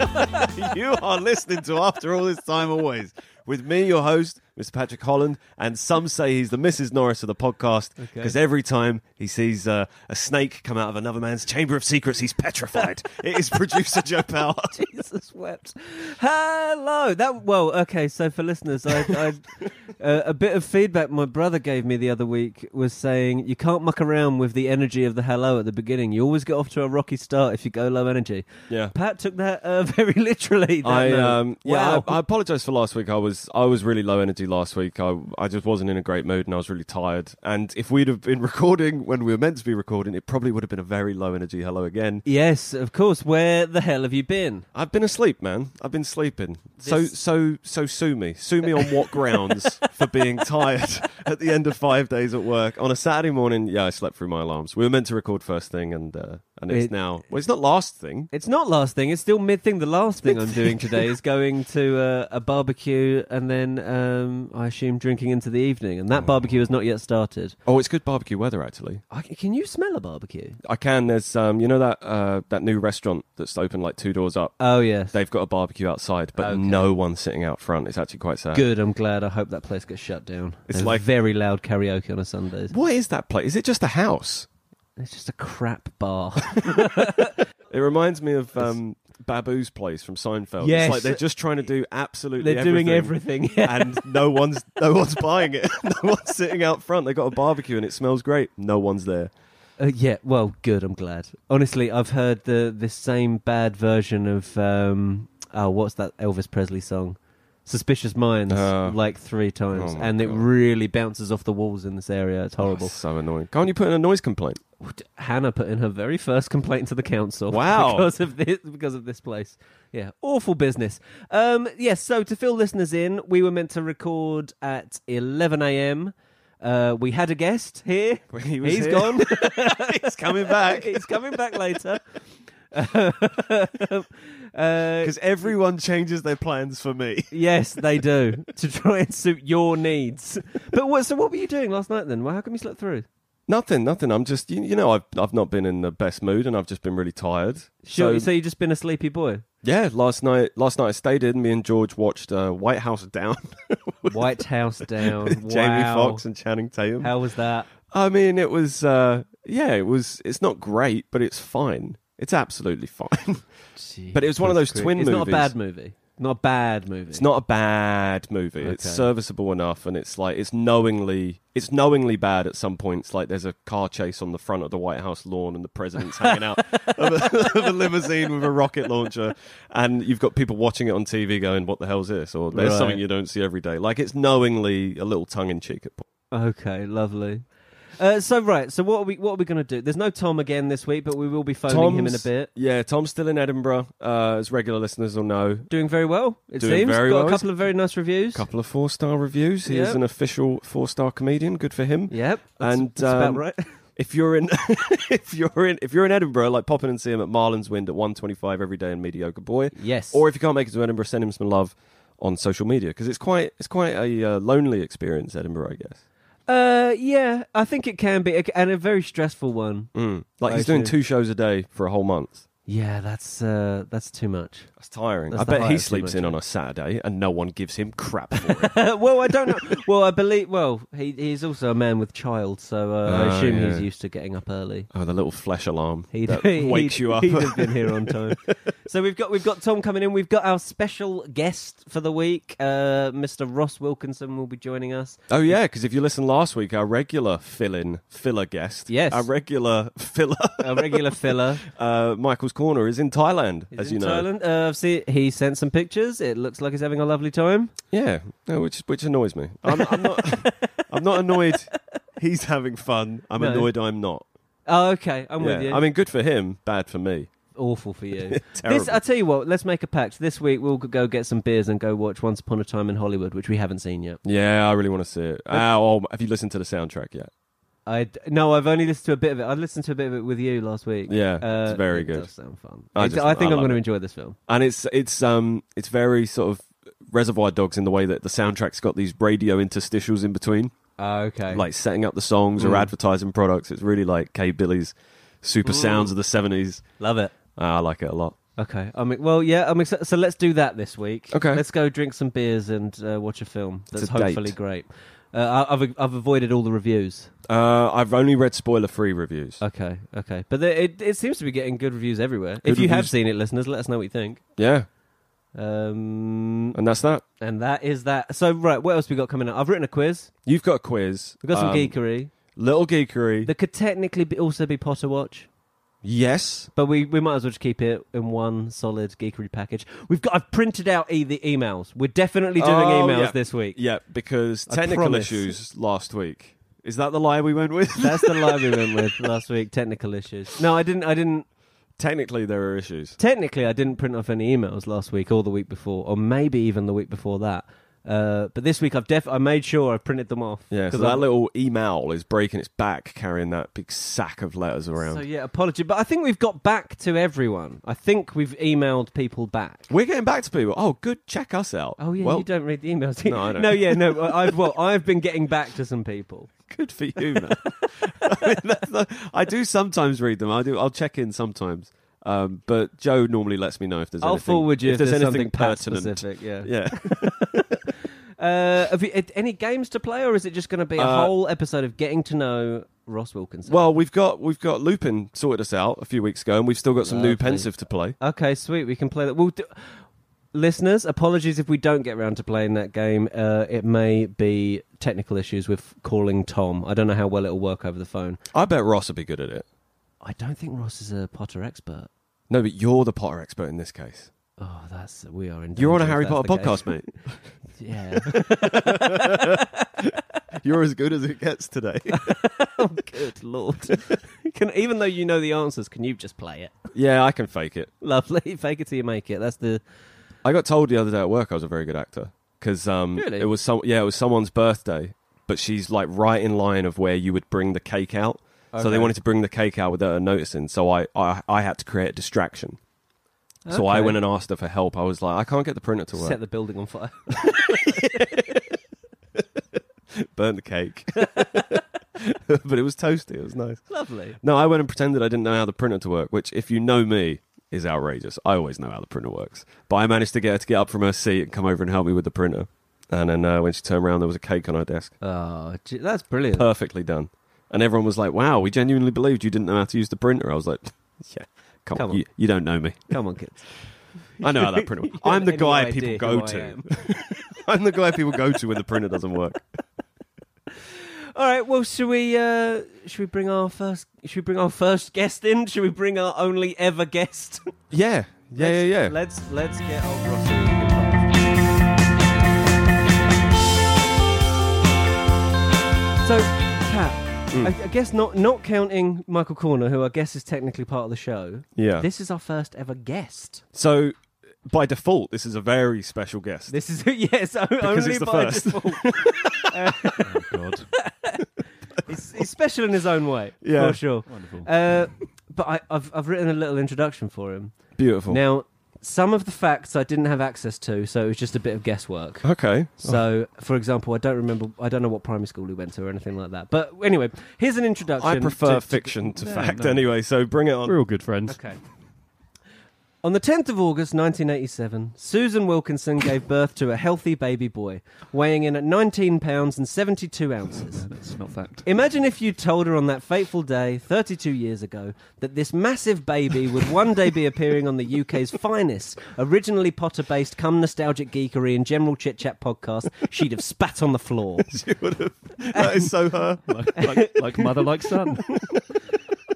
you are listening to After All This Time Always with me, your host, Mr. Patrick Holland, and some say he's the Mrs. Norris of the podcast because every time he sees uh, a snake come out of another man's chamber of secrets, he's petrified. it is producer Joe Powell. Jesus wept. Hello. That well, okay. So for listeners, I, I uh, a bit of feedback my brother gave me the other week was saying you can't muck around with the energy of the hello at the beginning. You always get off to a rocky start if you go low energy. Yeah. Pat took that uh, very literally. that I note. um yeah Wow. I, I apologize for last week. I was I was really low energy last week. I I just wasn't in a great mood and I was really tired. And if we'd have been recording when we were meant to be recording, it probably would have been a very low energy hello again. yes, of course. Where the hell have you been? I've been asleep, man. I've been sleeping. So This- so so sue me. Sue me on what grounds for being tired at the end of five days at work on a Saturday morning? Yeah, I slept through my alarms. We were meant to record first thing, and uh, and it's It- now. Well, it's not last thing. It's not last thing. It's still mid thing. The last thing I'm doing today is going to uh, a barbecue and then um, I assume drinking into the evening. And that barbecue has not yet started. Oh, it's good barbecue weather actually. I, can you smell a barbecue? I can. There's um, you know that uh, that new restaurant that's open like two doors up. Oh yes. They've got a barbecue outside, but Okay. no one sitting out front. It's actually quite sad. Good. I'm glad. I hope that place gets shut down. It's There's like- very loud karaoke on a Sundays. What is that place? Is it just a house? It's just a crap bar. It reminds me of um, Babu's place from Seinfeld. Yes. It's like they're just trying to do absolutely. They're doing everything. Yeah. and no one's no one's buying it. no one's sitting out front. They got a barbecue and it smells great. No one's there. Uh, yeah. Well, good. I'm glad. Honestly, I've heard the this same bad version of um, oh, what's that Elvis Presley song? Suspicious Minds, Uh, like three times, oh my and it God. really bounces off the walls in this area. It's Oh, horrible. so annoying. Can't you put in a noise complaint? Hannah put in her very first complaint to the council. Wow. Because of this, because of this place. Yeah, awful business. Um, yes, so to fill listeners in, we were meant to record at 11 a.m. Uh, we had a guest here. He He was has here. gone. It's coming back He's coming back later. uh, because everyone changes their plans for me. yes, they do to try and suit your needs. But what, so, what were you doing last night then? Well, how come you slept through? Nothing, nothing. I'm just you, you know I've I've not been in the best mood and I've just been really tired. Sure. So, So- you've just been a sleepy boy. Yeah, last night last night I stayed in. Me and George watched uh, White House Down. White House down. Jamie Wow. Foxx and Channing Tatum. How was that? I mean, it was uh, yeah, it was. It's not great, but it's fine. It's absolutely fine. But it was one of those Christ. twin it's not a movies. bad movie. Not a bad movie. it's not a bad movie. It's Okay. serviceable enough, and it's like it's knowingly it's knowingly bad at some points. Like there's a car chase on the front of the White House lawn, and the president's hanging out of, a, of a limousine with a rocket launcher, and you've got people watching it on TV going, "What the hell's this?" Or there's Right. something you don't see every day. Like it's knowingly a little tongue in cheek at points. Okay, lovely. Uh, so right, so what are we what are we going to do? There's no Tom again this week, but we will be phoning him in a Tom's- bit. Yeah, Tom's still in Edinburgh, uh, as regular listeners will know. Doing very well, it Doing seems. very Got well. a couple of very nice reviews. couple of four star reviews. He Yep. is an official four star comedian. Good for him. Yep, that's, And, that's about um, right. If you're in, if you're in, if you're in Edinburgh, like pop in and see him at Marlin's Wind at one twenty five every day in Mediocre Boy. Yes. Or if you can't make it to Edinburgh, send him some love on social media because it's quite it's quite a uh, lonely experience Edinburgh, I guess. uh, yeah, I think it can be, and a very stressful one. Mm. Like he's I doing see. two shows a day for a whole month. Yeah, that's uh, that's too much. That's tiring. That's I the bet he highest sleeps in limit, on a Saturday and no one gives him crap for it. well, I don't know. well, I believe. Well, he he's also a man with child, so uh, I Oh, assume yeah. he's used to getting up early. oh, the little flesh alarm He'd, that he'd- wakes you up. He'd have been here on time. so we've got we've got Tom coming in. We've got our special guest for the week, uh, Mr. Ross Wilkinson will be joining us. Oh yeah, because if you listen last week, our regular fill-in filler guest, Yes. our regular filler, A regular filler. uh, Michael's corner is in Thailand, He's as in you know. Thailand. Uh, I've seen he sent some pictures. It looks like he's having a lovely time. Yeah, no, which which annoys me. I'm, I'm not, I'm not annoyed. He's having fun. I'm No. annoyed. I'm not. Oh, okay, I'm yeah. with you. I mean, good for him, bad for me. Awful for you. Terrible. this, I tell you what. Let's make a pact. This week we'll go get some beers and go watch Once Upon a Time in Hollywood, which we haven't seen yet. yeah, I really want to see it. Ah, oh, have you listened to the soundtrack yet? I d- no, I've only listened to a bit of it. I listened to a bit of it with you last week. Yeah, it's very Uh, it good. Does sound fun. I I, just- I think I I am love going to it. enjoy this film. and it's it's um it's very sort of Reservoir Dogs in the way that the soundtrack's got these radio interstitials in between. Ah, okay. like setting up the songs or Mm. advertising products. It's really like K Billy's super sounds of the seventies. Love it. Uh, I like it a lot. Okay. I mean, well, yeah. I'm excited. So let's do that this week. Okay. Let's go drink some beers and uh, watch a film that's a date. hopefully great. Uh, I- I've I've avoided all the reviews. Uh, I've only read spoiler-free reviews. Okay, okay, but the, it it seems to be getting good reviews everywhere. if Good you have reviews. seen it, listeners, let us know what you think. yeah, Um, and that's that. and that is that. So right, what else we got coming up? I've written a quiz. You've got a quiz. We've got some Um, geekery Little geekery. that could technically be, also be Potter Watch. yes. But we, we might as well just keep it in one solid geekery package. We've got I've printed out e- the emails. We're definitely doing Oh, emails yeah. this week. Yeah, because I technical promise. issues last week. Is that the lie we went with? That's the line we went with last week. Technical issues. No, I didn't. I didn't. Technically, there are issues. Technically, I didn't print off any emails last week or the week before, or maybe even the week before that. Uh, but this week, I've def- I made sure I printed them off. Yeah, so 'Cause that I'm- little email is breaking its back carrying that big sack of letters around. So yeah, apology, but I think we've got back to everyone. I think we've emailed people back. We're getting back to people. Oh, good. Check us out. Oh yeah, well, you don't read the emails. do you? No, I don't. no, yeah, no. I- I've well, I've been getting back to some people. good for you, man. I, mean, that's not- I do sometimes read them. I do. I'll check in sometimes. Um, but Joe normally lets me know if there's I'll anything. forward you if, there's, anything something Pat pertinent. specific. Yeah. Yeah. Uh, have you, had any games to play, or is it just going to be a Uh, whole episode of getting to know Ross Wilkinson? well, we've got we've got Lupin sorted us out a few weeks ago, and we've still got some new Lovely. pensive to play. Okay, sweet. We can play that. We'll do... Listeners, apologies if we don't get round to playing that game. Uh, it may be technical issues with calling Tom. I don't know how well it'll work over the phone. I bet Ross would be good at it. I don't think Ross is a Potter expert. No, but you're the Potter expert in this case. Oh, that's we are in. You're on a danger Harry if Potter that's podcast, the mate. case. Yeah. You're as good as it gets today. Oh, Good lord. can even though you know the answers, can you just play it? yeah, I can fake it. Lovely. Fake it till you make it. That's the I got told the other day at work I was a very good actor because um, Really? it was some yeah it was someone's birthday, but she's like right in line of where you would bring the cake out. So Okay. they wanted to bring the cake out without her noticing. So I I, I had to create a distraction. So I Okay. went and asked her for help. I was like, I can't get the printer to work. set the building on fire. Burn the cake, but it was toasty. It was nice. Lovely. No, I went and pretended I didn't know how the printer to work, which, if you know me, is outrageous. I always know how the printer works. But I managed to get her to get up from her seat and come over and help me with the printer. And then uh, when she turned around, there was a cake on her desk. Ah, Oh, gee, that's brilliant. Perfectly done. And everyone was like, wow, we genuinely believed you didn't know how to use the printer. I was like, yeah, come, on. Come on. You, you don't know me. Come on, kids. I know how that printer works. I'm the Any guy idea people who go I to. am? I'm the guy people go to when the printer doesn't work. All right. Well, should we? Uh, should we bring our first? Should we bring our first guest in? Should we bring our only ever guest? Yeah. Yeah, yeah, yeah. Let's let's get old Ross. involved. So, Pat, Hmm. I, I guess not not counting Michael Corner, who I guess is technically part of the show. Yeah. This is our first ever guest. so, by default, this is a very special guest. This is yes, o- only it's the by first. default. Oh God! He's, he's special in his own way, Yeah. for sure. Wonderful. Uh, but I, I've I've written a little introduction for him. Beautiful. Now, some of the facts I didn't have access to, so it was just a bit of guesswork. okay. So, for example, I don't remember, I don't know what primary school he went to or anything like that. But anyway, here's an introduction. I prefer to- fiction to No, fact no. anyway, so bring it on. We're all good friends. Okay. On the 10th of August 1987, Susan Wilkinson gave birth to a healthy baby boy, weighing in at 19 pounds and 72 ounces. That's not fact. Imagine if you told her on that fateful day, 32 years ago, that this massive baby would one day be appearing on the UK's finest, originally Potter based, come nostalgic geekery and general chit chat podcast, she'd have spat on the floor. She would have. That is so her. Like, like, like mother, like son.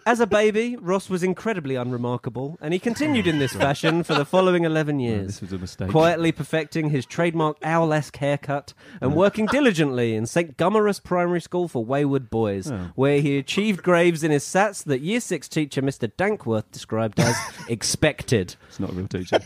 As a baby, Ross was incredibly unremarkable, and he continued in this fashion for the following 11 years. This was a mistake. Quietly perfecting his trademark owl-esque haircut and working diligently in St. Gummerus Primary School for Wayward Boys, Oh. where he achieved grades in his sats that Year 6 teacher Mr. Dankworth described as expected. It's not a real teacher.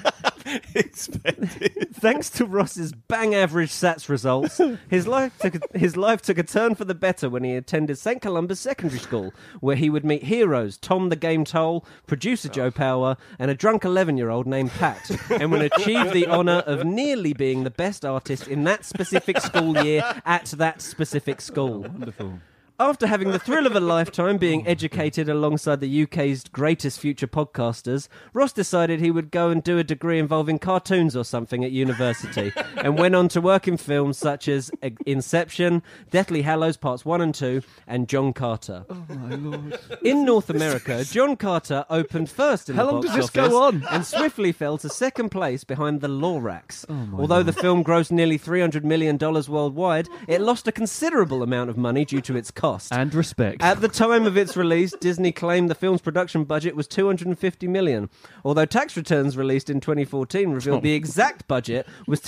Thanks to Ross's bang average sats results, his life took a, his life took a turn for the better when he attended St Columbus Secondary School, where he would meet heroes Tom the Game Toll, producer Joe Power, and a drunk eleven-year-old named Pat, and would achieve the honour of nearly being the best artist in that specific school year at that specific school. Wonderful. After having the thrill of a lifetime being educated alongside the UK's greatest future podcasters, Ross decided he would go and do a degree involving cartoons or something at university and went on to work in films such as uh, Inception, Deathly Hallows Parts 1 and 2, and John Carter. Oh my lord! In North America, John Carter opened first in How the long box does this office go on? and swiftly fell to second place behind The Lorax. Oh Although the film grossed nearly $300 million worldwide, it lost a considerable amount of money due to its cost. And respect. At the time of its release, Disney claimed the film's production budget was 250 million, although tax returns released in 2014 revealed the exact budget was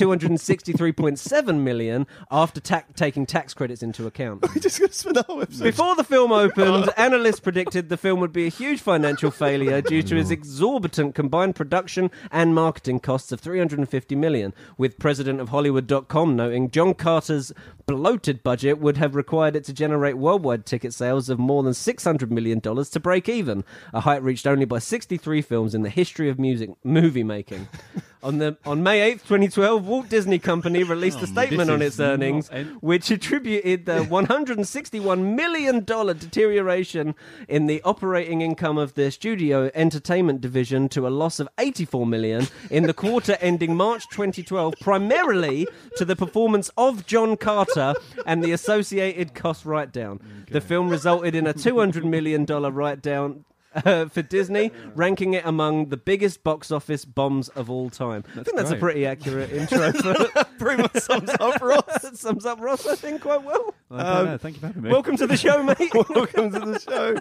263.7 million after ta- taking tax credits into account. We're just going to spend the whole episode. Before the film opened, analysts predicted the film would be a huge financial failure due to its exorbitant combined production and marketing costs of 350 million, with president of hollywood.com noting John Carter's bloated budget would have required it to generate worldwide ticket sales of more than 600 million dollars to break even, a height reached only by 63 films in the history of music movie making. On, the, on May 8th, 2012, Walt Disney Company released a statement on is its earnings, not en- which attributed the $161 million deterioration in the operating income of the studio entertainment division to a loss of $84 million in the quarter ending March 2012, primarily to the performance of John Carter and the associated cost write down. The film resulted in a $200 million write down. Uh, for Disney, ranking it among the biggest box office bombs of all time. I think that's a great. pretty accurate intro for pretty much sums up, Ross. that sums up Ross, I think, quite well. I don't know. Thank you for having me. Welcome to the show, mate. Welcome to the show.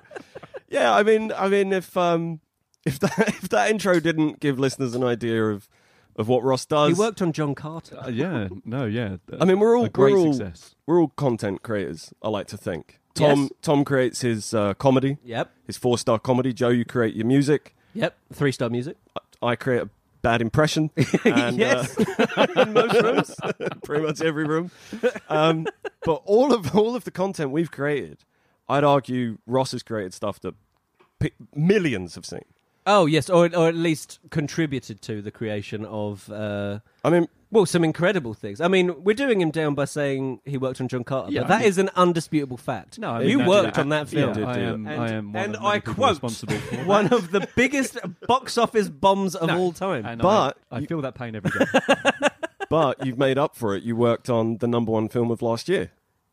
Yeah, I mean, I mean, if um, if that if that intro didn't give listeners an idea of of what Ross does, he worked on John Carter. Uh, yeah. No. Yeah. I mean, we're all a great we're all, success. We're all content creators. I like to think. Tom Yes. Tom creates his uh, comedy, Yep. his four star comedy. Joe, you create your music. Yep. Three star music. I create a bad impression. And, yes. uh, in most rooms, pretty much every room. Um, but all of all of the content we've created, I'd argue Ross has created stuff that p- millions have seen. oh, yes. Or, or at least contributed to the creation of, uh, I mean, well, some incredible things. I mean, we're doing him down by saying he worked on John Carter, Yeah, but I that mean- is an undisputable fact. No, I mean, you that- worked yeah, on that yeah, film. did I do am. And, I am. One and of many I people quote responsible for that. one of the biggest box office bombs of No. all time. And I- But- I, feel that pain every day. but you've made up for it. You worked on the number one film of last year.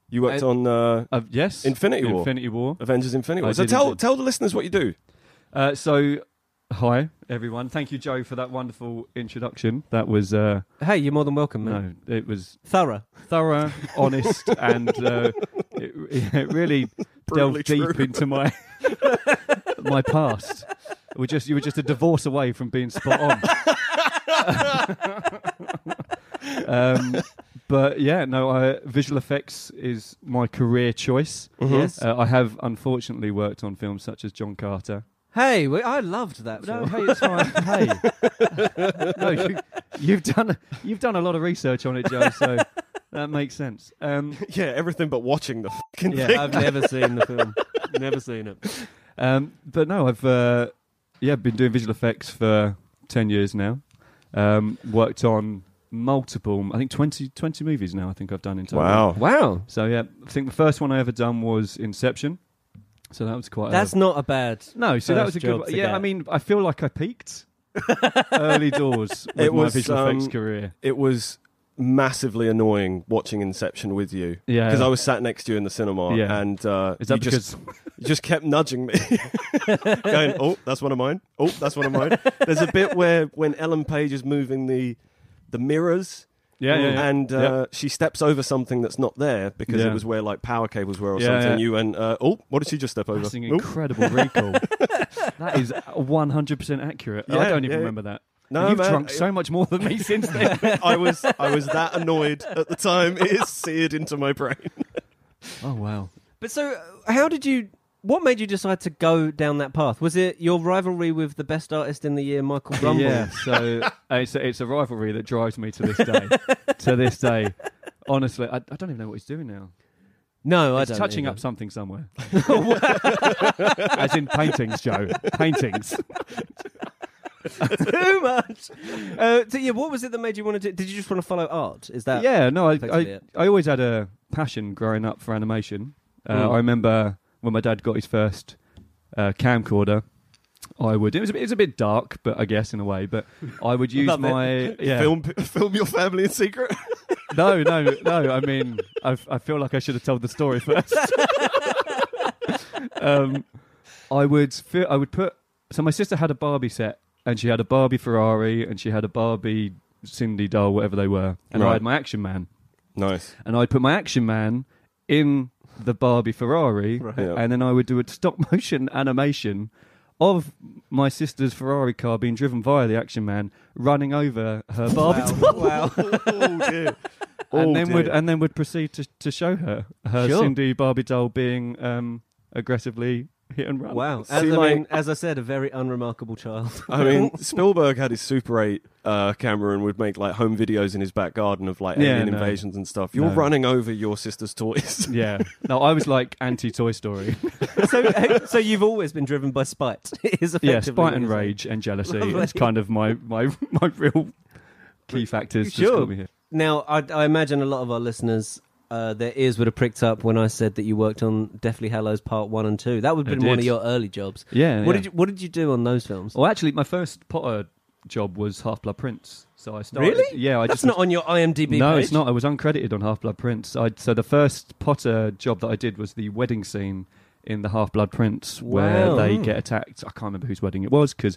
You worked I- on uh, Uh, yes. Infinity War. Infinity War. Avengers: Infinity War. I So did tell indeed. tell the listeners what you do. Uh, so, hi everyone. Thank you, Joe, for that wonderful introduction. That was uh, hey, you're more than welcome, man. no, it was Thorough. thorough, honest, and uh, it, it really Brutally delved deep true. into my my past. We just you were just a divorce away from being spot on. um, but yeah, no, I, visual effects is my career choice. Mm-hmm. Yes. Uh, I have unfortunately worked on films such as John Carter. Hey, we- I loved that No, film. hey, it's fine. hey, no, you, you've done you've done a lot of research on it, Joe. So that makes sense. Um, Yeah, everything but watching the fucking Yeah. thing. I've never seen the film. Never seen it. um, but no, I've uh, yeah been doing visual effects for ten years now. Um, worked on multiple, I think 20, 20 movies now. I think I've done in total. Wow. So yeah, I think the first one I ever done was Inception. So that was quite. a- That's not a bad. no, so that was first a good. job One. to Yeah, get. I mean, I feel like I peaked early doors with It was, my visual um, effects career. It was massively annoying watching Inception with you. Yeah. Because I was sat next to you in the cinema Yeah. and uh, Is that you, just, because you just kept nudging me. Going, oh, that's one of mine. Oh, that's one of mine. There's a bit where when Ellen Page is moving the the mirrors Yeah, yeah, yeah. and uh, Yeah. she steps over something that's not there because Yeah. it was where like power cables were or Yeah, something. yeah. You went, uh, oh, what did she just step over? That's an Oh, incredible recall. that is 100% accurate. Yeah, I don't even yeah. remember that. No, You've man. drunk so much more than me since then. I was I was that annoyed at the time. It is seared into my brain. oh, wow. But so, uh, how did you? What made you decide to go down that path? Was it your rivalry with the best artist in the year, Michael Rumble? Yeah, so uh, it's a, it's a rivalry that drives me to this day. to this day. Honestly, I, I don't even know what he's doing now. No, He's I don't. touching either. up something somewhere. As in paintings, Joe. Paintings. too much. Uh, so yeah, what was it that made you want to? do Did you just want to follow art? Is that Yeah, no, I, Effectively I, it. I always had a passion growing up for animation. Uh, Mm. I remember when my dad got his first uh, camcorder. I would. It was, a bit, it was a bit dark, but I guess in a way. But I would use Love it. my yeah. Film, film your family in secret. No, no, no. I mean, I, f- I feel like I should have told the story first. um, I would feel, I would put. So my sister had a Barbie set, and she had a Barbie Ferrari, and she had a Barbie Cindy doll, whatever they were, and Right. I had my Action Man, nice. and I'd put my Action Man in the Barbie Ferrari, Right. Yeah. and then I would do a stop motion animation of my sister's Ferrari car being driven via the Action Man, running over her Barbie doll Wow. wow. oh dear. Oh, and then would dear. and then would proceed to, to show her her Sure. Cindy Barbie doll being um, aggressively hit and run. Wow. As, See, I like- mean, as I said, a very unremarkable child. I mean, Spielberg had his Super 8 uh, camera and would make like home videos in his back garden of like Yeah, alien no. invasions and stuff. You're No. running over your sister's toys. Yeah. No, I was like anti Toy Story. so, uh, so you've always been driven by spite. Is effectively yeah, spite and what you're saying. rage and jealousy. Lovely. It's kind of my my my real key factors. that's Sure. got me here. Now, I, I imagine a lot of our listeners, uh, their ears would have pricked up when I said that you worked on Deathly Hallows Part One and Two. That would have I been one did. of your early jobs. Yeah. What yeah. did you What did you do on those films? Well, actually, my first Potter job was Half Blood Prince. So I started. Really? Yeah. I That's just not on your IMDb. no, page. it's not. I was uncredited on Half Blood Prince. I, so the first Potter job that I did was the wedding scene in the Half Blood Prince, where Wow. they Hmm. get attacked. I can't remember whose wedding it was because.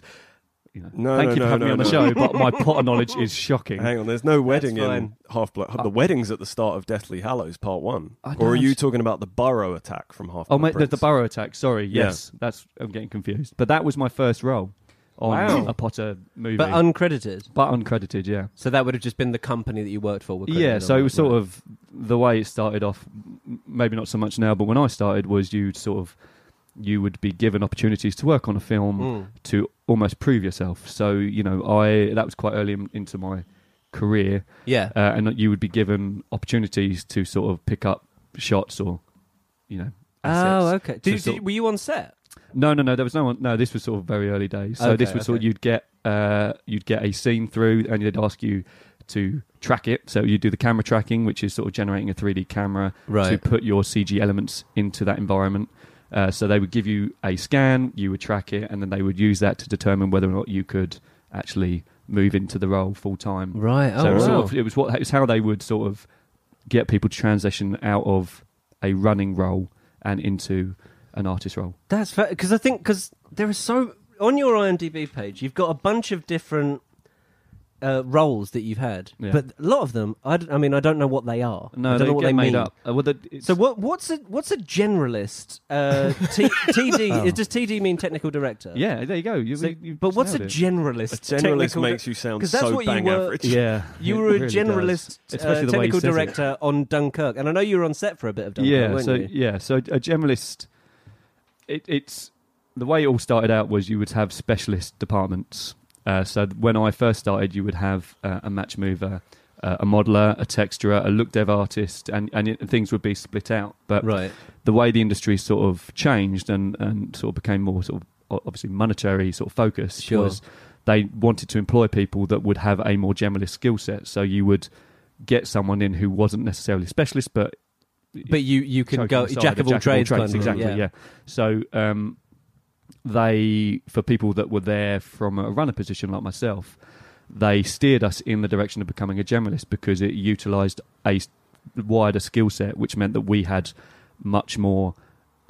You know, No, thank no, you for no, having no, me on the no. show, but my Potter knowledge is shocking. Hang on, there's no wedding in fine. Half Blood. The wedding's at the start of Deathly Hallows Part One. I Or are don't- you talking about the Burrow attack from Half Blood? oh, mate, the, Prince? the Burrow attack. Sorry, Yeah. yes, that's I'm getting confused. But that was my first role on Wow. a Potter movie, but uncredited. but uncredited. Yeah, So that would have just been the company that you worked for. Were Yeah, so it was sort of the way it started off. m- Maybe not so much now, but when I started, was you would sort of you would be given opportunities to work on a film Mm. to almost prove yourself. So you know, I that was quite early in, into my career, yeah. uh, and you would be given opportunities to sort of pick up shots or you know. Oh, Uh, assets. okay. Did, sort- did, were you on set? No, no, no. There was no one. No, this was sort of very early days. So Okay, this was sort of okay. you'd get uh, you'd get a scene through, and they'd ask you to track it. So you do the camera tracking, which is sort of generating a 3D camera to put your CG elements into that environment. Uh, so they would give you a scan, you would track it, and then they would use that to determine whether or not you could actually move into the role full time. Right. so it Oh, was wow. sort of, it was what it was how they would sort of get people to transition out of a running role and into an artist role. That's fair because I think because there are so on your IMDb page you've got a bunch of different uh, roles that you've had, Yeah. but a lot of them I, d- I mean I don't know what they are. I No, don't they know what get they made mean. up. Uh, well, the, it's- So what what's a what's a generalist? Uh, t- TD Oh. does TD mean technical director? yeah, there you go. You, So- you- you but what's a nailed it. generalist? A generalist technical di- makes you sound 'Cause that's so what you bang were- average. Yeah, you it were a really does. generalist Especially uh, the way he technical says it. director on Dunkirk, and I know you were on set for a bit of Dunkirk, yeah, weren't so you? yeah, so a generalist. It, it's the way it all started out was you would have specialist departments. Uh, so th- when I first started, you would have uh, a match mover, uh, a modeler, a texturer, a look dev artist, and and it, things would be split out. But Right. the way the industry sort of changed and, and sort of became more sort of o- obviously monetary sort of focus Sure. was they wanted to employ people that would have a more generalist skill set. So you would get someone in who wasn't necessarily a specialist, but But you you can choking go aside, jack a of all trades, kind of, exactly. Yeah. So um, they for people that were there from a runner position like myself, they steered us in the direction of becoming a generalist because it utilised a s- wider skill set, which meant that we had much more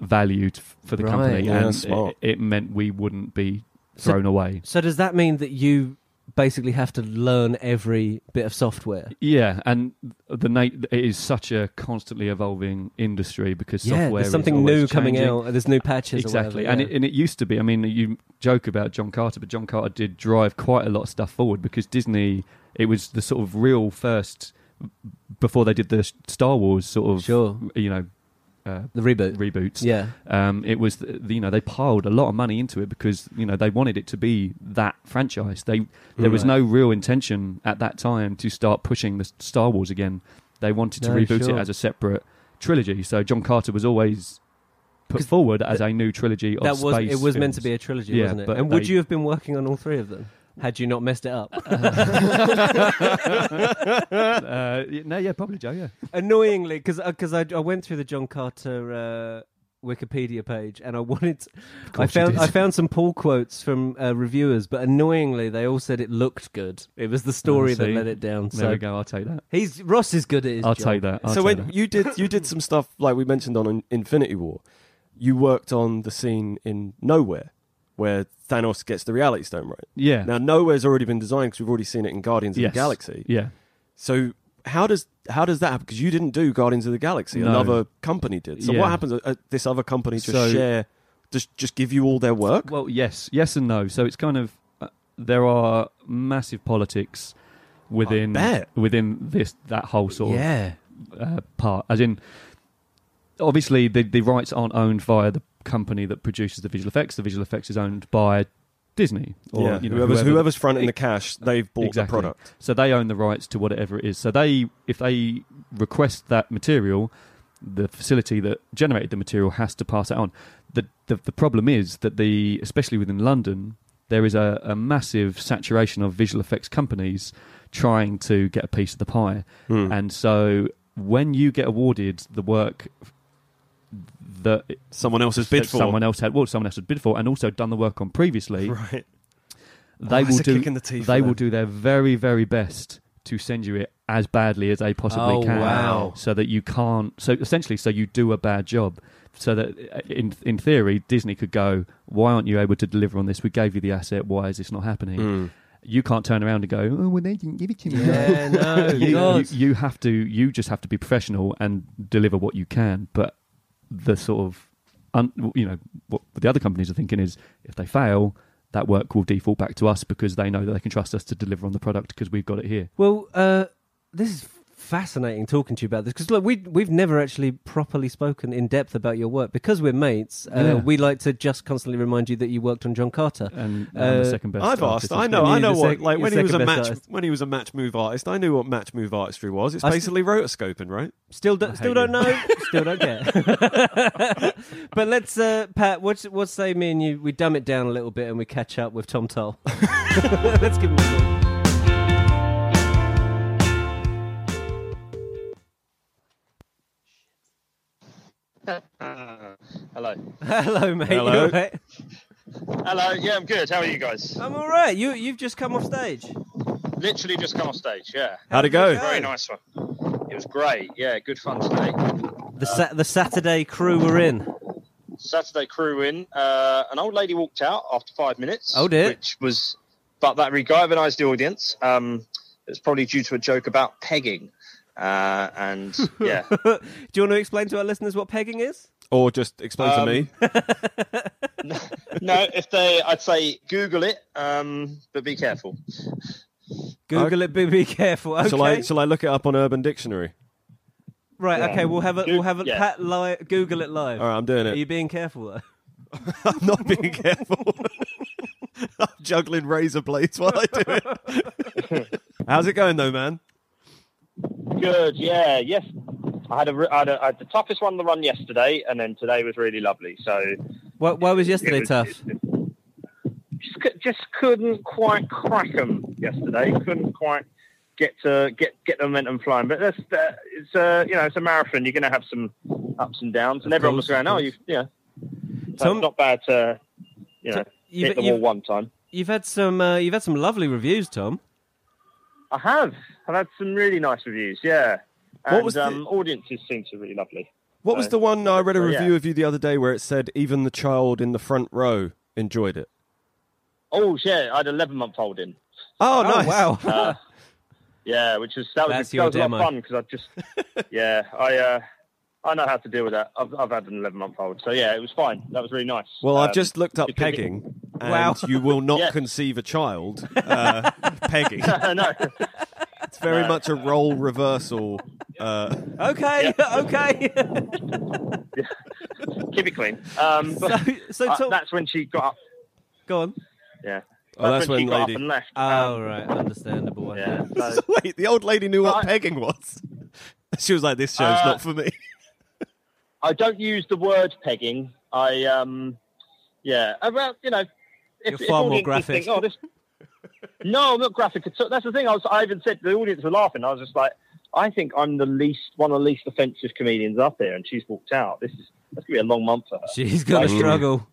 value t- for the Right. company, Yeah, and smart. it, it meant we wouldn't be So- thrown away. So does that mean that you basically have to learn every bit of software? Yeah, and the nat- it is such a constantly evolving industry because yeah, software there's is something always new coming changing. out. There's new patches. exactly or whatever, and yeah. it, and it used to be i mean you joke about john carter but john carter did drive quite a lot of stuff forward because disney it was the sort of real first before they did the star wars sort of Sure. you know uh, the reboot. reboots yeah, um, it was the, you know they piled a lot of money into it because you know they wanted it to be that franchise they there was Right. no real intention at that time to start pushing the star wars again they wanted to No, reboot sure. it as a separate trilogy so john carter was always put 'Cause forward as a new trilogy of that was space it. Was meant to films. be a trilogy, Yeah, wasn't it? but And would they- you have been working on all three of them? had you not messed it up. Uh, y- no, yeah, probably Joe. Yeah, Annoyingly, because because I, I went through the John Carter uh, Wikipedia page and I wanted, I you found did. I found some Paul quotes from uh, reviewers, but annoyingly they all said it looked good. It was the story that Ah, see. let it down. there so we go. I'll take that. he's Ross is good at his I'll job. take that. I'll so take when that. you did you did some stuff like we mentioned on In- Infinity War, you worked on the scene in Nowhere where Thanos gets the Reality Stone right. yeah, Now Nowhere's already been designed because we've already seen it in Guardians Yes. of the Galaxy. yeah, So how does how does that happen? Because you didn't do Guardians of the Galaxy, No. another company did. So Yeah. what happens? Uh, this other company just So- share, just just give you all their work. Well, yes, yes and no. So it's kind of uh, there are massive politics within bet. within this that whole sort Yeah, of uh, part. As in, obviously the the rights aren't owned via the company that produces the visual effects. The visual effects is owned by Disney or yeah. you know, whoever's, whoever- whoever's fronting the cash, they've bought Exactly. the product. So they own the rights to whatever it is. So they, if they request that material, the facility that generated the material has to pass it on. The the, the problem is that the, especially within London, there is a, a massive saturation of visual effects companies trying to get a piece of the pie. Hmm. And so when you get awarded the work that, Someone else's bid that for someone else had, well, someone else had bid for, and also done the work on previously, right. Oh, they will that's a do kick in the teeth they for will them. do their very, very best to send you it as badly as they possibly Oh, can. wow. So that you can't. So essentially, so you do a bad job. So that uh, in in theory, Disney could go, "Why aren't you able to deliver on this? We gave you the asset. Why is this not happening?" Hmm. You can't turn around and go, "Oh, well, they didn't give it to me." yeah, no, you, you, God. you have to. You just have to be professional and deliver what you can. But the sort of, un, you know, what the other companies are thinking is, if they fail, that work will default back to us because they know that they can trust us to deliver on the product because we've got it here. Well, uh, this is fascinating talking to you about this because look, we we've never actually properly spoken in depth about your work because we're mates. Uh, Yeah. We like to just constantly remind you that you worked on John Carter. And I'm Uh, the second best. I've artist asked. I in know. You're I know the what. sec- like you're when he was a second best match. artist. When he was a match move artist, I knew what match move artistry was. It's I st- basically rotoscoping, right? Still, I do, hate still don't you. know. still don't care. but let's, uh, Pat. What's what's say? Me and you, we dumb it down a little bit and we catch up with Tom Toll. let's give him a call. Hello. Hello, mate. Hello. You all right? Hello. Yeah, I'm good. How are you guys? I'm all right. You you've just come off stage. Literally just come off stage. Yeah. How'd it did it go? go? Very nice one. It was great. Yeah, good fun today. The sa- the Saturday crew were in. Saturday crew in. Uh, an old lady walked out after five minutes. Oh, dear. Which was, but that regalvanised the audience. Um, it was probably due to a joke about pegging. Uh, and yeah, Do you want to explain to our listeners what pegging is? Or just explain Um, to me. no, if they, I'd say Google it, um, but be careful. Google it, be, be careful. Okay. Shall I? Shall I look it up on Urban Dictionary? right. Yeah. Okay. We'll have a Goo- we'll have a yeah. Pat li- Google it live. All right, I'm doing Are it. you being careful though? I'm not being careful. I'm juggling razor blades while I do it. How's it going though, man? Good. Yeah. Yes. I had a, re- I had, a I had the toughest one to run yesterday, and then today was really lovely. So Why, why was It yesterday was- tough? Just, cou- just couldn't quite crack them yesterday. Couldn't quite get to get get the momentum flying. But that's uh, it's a you know it's a marathon. You're going to have some ups and downs, and Of everyone course, was going, of "Oh, course. you yeah." So Tom- it's not bad to you know Tom, you've- hit them you've- all one time. You've had some uh, you've had some lovely reviews, Tom. I have. I've had some really nice reviews. Yeah. And, was the- um, audiences seem to really lovely. What was Uh, the one I read a uh, review yeah. of you the other day where it said even the child in the front row enjoyed it? Oh yeah, I had 11 month old in. Oh, nice! wow. Uh, yeah, which was that was, That's that your was a lot of demo. fun because I just yeah I uh, I know how to deal with that. I've, I've had an eleven month old, so yeah, it was fine. That was really nice. Well, I've Um, just looked up because it- pegging, and Wow. you will not Yeah. conceive a child. Uh, pegging. no, It's very No. much a role reversal. Uh, Um, okay. Okay. keep it clean. Um, so but, so uh, Tom, that's when she got up. go on. Yeah, Oh, that's she when got lady- Ah. up and left. Oh Um, right, understandable. Yeah, so, wait, the old lady knew what Right. pegging was. She was like, "This show's Uh, not for me." I don't use the word pegging. I um, yeah, about you know, if, You're if far more audiences graphic. Think, oh, this, no, I'm not graphic. at all. that's the thing. I was. I even said the audience were laughing. I was just like, I think I'm the least one of the least offensive comedians up here, and she's walked out. This is that's gonna be a long month for her. She's gonna Like, struggle.